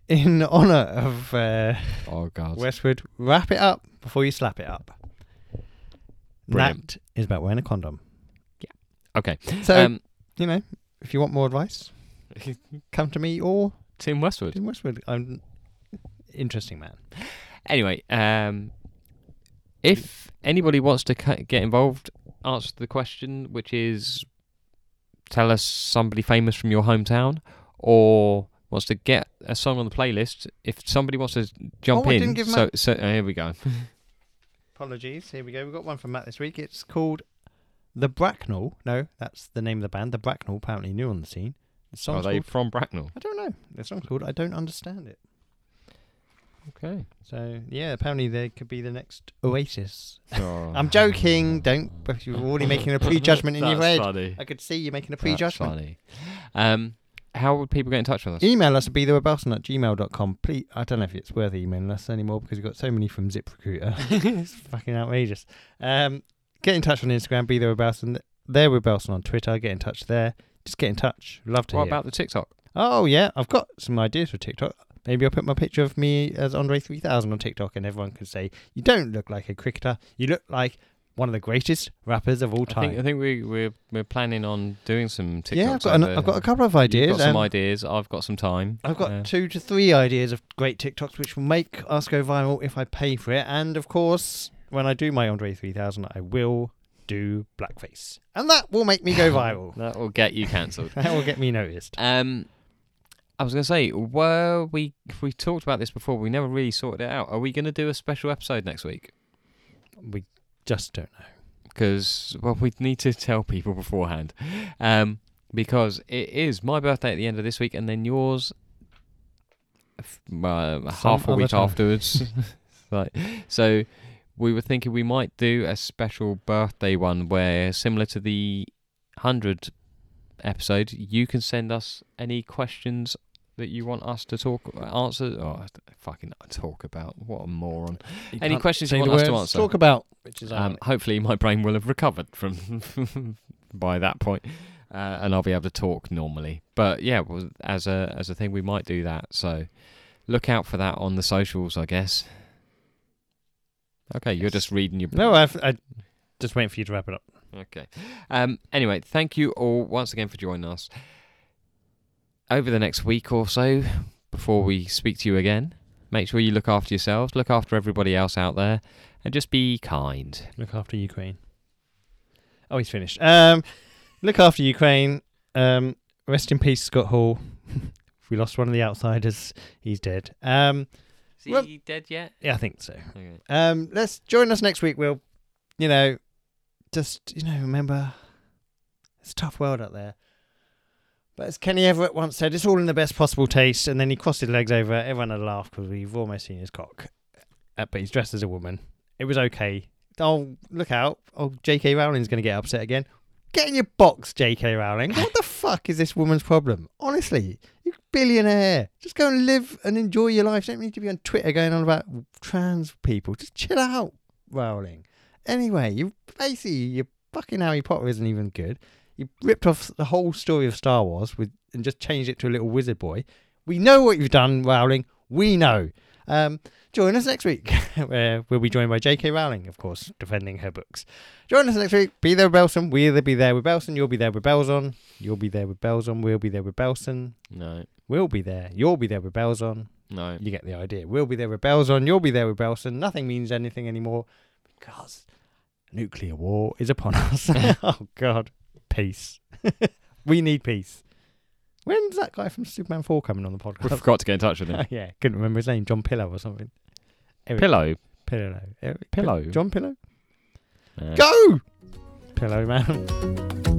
[SPEAKER 1] In honor of uh,
[SPEAKER 2] Oh God,
[SPEAKER 1] Westwood, wrap it up before you slap it up.
[SPEAKER 2] Brilliant.
[SPEAKER 1] That is about wearing a condom.
[SPEAKER 2] Okay.
[SPEAKER 1] So
[SPEAKER 2] um,
[SPEAKER 1] you know, if you want more advice, come to me or
[SPEAKER 2] Tim Westwood.
[SPEAKER 1] Tim Westwood. I'm interesting man.
[SPEAKER 2] Anyway, um, if anybody wants to ca- get involved, answer the question, which is tell us somebody famous from your hometown or wants to get a song on the playlist. If somebody wants to jump
[SPEAKER 1] Oh, I
[SPEAKER 2] in,
[SPEAKER 1] didn't give
[SPEAKER 2] so, so uh, here we go.
[SPEAKER 1] Apologies. Here we go. We've got one from Matt this week. It's called The Bracknell. No, that's the name of the band. The Bracknell, apparently new on the scene. The
[SPEAKER 2] Are
[SPEAKER 1] song's
[SPEAKER 2] they
[SPEAKER 1] called,
[SPEAKER 2] from Bracknell?
[SPEAKER 1] I don't know. The song's called I Don't Understand It.
[SPEAKER 2] Okay.
[SPEAKER 1] So, yeah, apparently they could be the next Oasis.
[SPEAKER 2] Oh.
[SPEAKER 1] I'm joking. Don't. But you're already making a prejudgment in your head.
[SPEAKER 2] That's funny.
[SPEAKER 1] I could see you making a
[SPEAKER 2] That's
[SPEAKER 1] prejudgment. E-
[SPEAKER 2] funny. Um, how would people get in touch with us?
[SPEAKER 1] Email us at be at gmail.com. Please, I don't know if it's worth emailing us anymore because we've got so many from ZipRecruiter. it's fucking outrageous. Um, get in touch on Instagram, be there with Belson. There with Belson on Twitter. Get in touch there. Just get in touch. Love to
[SPEAKER 2] what
[SPEAKER 1] hear.
[SPEAKER 2] about the TikTok?
[SPEAKER 1] oh, yeah. I've got some ideas for TikTok. Maybe I'll put my picture of me as Andre3000 on TikTok and everyone can say, You don't look like a cricketer. You look like one of the greatest rappers of all
[SPEAKER 2] I think, I
[SPEAKER 1] time.
[SPEAKER 2] think we, we're, we're planning on doing some TikToks.
[SPEAKER 1] Yeah, I've got, an,
[SPEAKER 2] over-
[SPEAKER 1] I've got a couple of ideas.
[SPEAKER 2] You've got some
[SPEAKER 1] um,
[SPEAKER 2] ideas. I've got some time.
[SPEAKER 1] I've got
[SPEAKER 2] Uh,
[SPEAKER 1] two to three ideas of great TikToks which will make us go viral if I pay for it. And of course, when I do my Andre 3000, I will do blackface. And that will make me go viral.
[SPEAKER 2] that will get you cancelled.
[SPEAKER 1] that will get me noticed.
[SPEAKER 2] um, I was going to say, were we? We talked about this before. We never really sorted it out. Are we going to do a special episode next week?
[SPEAKER 1] We just don't know.
[SPEAKER 2] Because well, we need to tell people beforehand. Um, because it is my birthday at the end of this week, and then yours, f- well, half a
[SPEAKER 1] other
[SPEAKER 2] week
[SPEAKER 1] time.
[SPEAKER 2] afterwards. like, so we were thinking we might do a special birthday one where, similar to the hundred episode, you can send us any questions that you want us to talk answer. Oh, I d- fucking talk about what a moron. Any
[SPEAKER 1] can't
[SPEAKER 2] questions
[SPEAKER 1] say
[SPEAKER 2] you
[SPEAKER 1] the
[SPEAKER 2] want us to
[SPEAKER 1] words.
[SPEAKER 2] answer?
[SPEAKER 1] Talk about, which is
[SPEAKER 2] Um,
[SPEAKER 1] ironic.
[SPEAKER 2] hopefully, my brain will have recovered from by that point. uh, and I'll be able to talk normally. But yeah, well, as a as a thing, we might do that. So look out for that on the socials, I guess. Okay, you're
[SPEAKER 1] Yes.
[SPEAKER 2] just reading your.
[SPEAKER 1] No, I've, I just waiting for you to wrap it up.
[SPEAKER 2] Okay. Um, anyway, thank you all once again for joining us. Over the next week or so, before we speak to you again, make sure you look after yourselves, look after everybody else out there, and just be kind.
[SPEAKER 1] Look after Ukraine. Oh, he's finished. Um, look after Ukraine. Um, rest in peace, Scott Hall. we lost one of the outsiders. He's dead. Um,
[SPEAKER 2] Is
[SPEAKER 1] Well-
[SPEAKER 2] dead yet?
[SPEAKER 1] yeah, I think so.
[SPEAKER 2] Okay.
[SPEAKER 1] Um, let's join us next week. We'll, you know, just you know, remember, it's a tough world out there. But as Kenny Everett once said, it's all in the best possible taste. And then he crossed his legs over. Everyone had laughed because we've almost seen his cock. Uh, but he's dressed as a woman. It was okay. Oh, look out! Oh, J.K. Rowling's going to get upset again. Get in your box, J.K. Rowling. What the fuck is this woman's problem? Honestly, you billionaire. Just go and live and enjoy your life. You don't need to be on Twitter going on about trans people. Just chill out, Rowling. Anyway, you basically you fucking Harry Potter isn't even good. You ripped off the whole story of Star Wars with and just changed it to a little wizard boy. We know what you've done, Rowling. We know. Um, join us next week, where we'll be joined by J.K. Rowling, of course, defending her books. Join us next week. Be there with Belson. We'll either be there with Belson. You'll be there with Belson. You'll be there with Belson. We'll be there with Belson.
[SPEAKER 2] No,
[SPEAKER 1] We'll be there. You'll be there with Belson.
[SPEAKER 2] no.
[SPEAKER 1] You get the idea. We'll be there with bells on. You'll be there with bells on. Nothing means anything anymore because nuclear war is upon us. oh God, peace. we need peace. When's that guy from Superman Four coming on the
[SPEAKER 2] We
[SPEAKER 1] podcast?
[SPEAKER 2] forgot to get in touch with
[SPEAKER 1] Oh,
[SPEAKER 2] him.
[SPEAKER 1] yeah, couldn't remember his name. John Pillow or something. Eric
[SPEAKER 2] Pillow.
[SPEAKER 1] Pillow. Eric
[SPEAKER 2] Pillow?
[SPEAKER 1] John Pillow.
[SPEAKER 2] Uh,
[SPEAKER 1] Go, Pillow Man.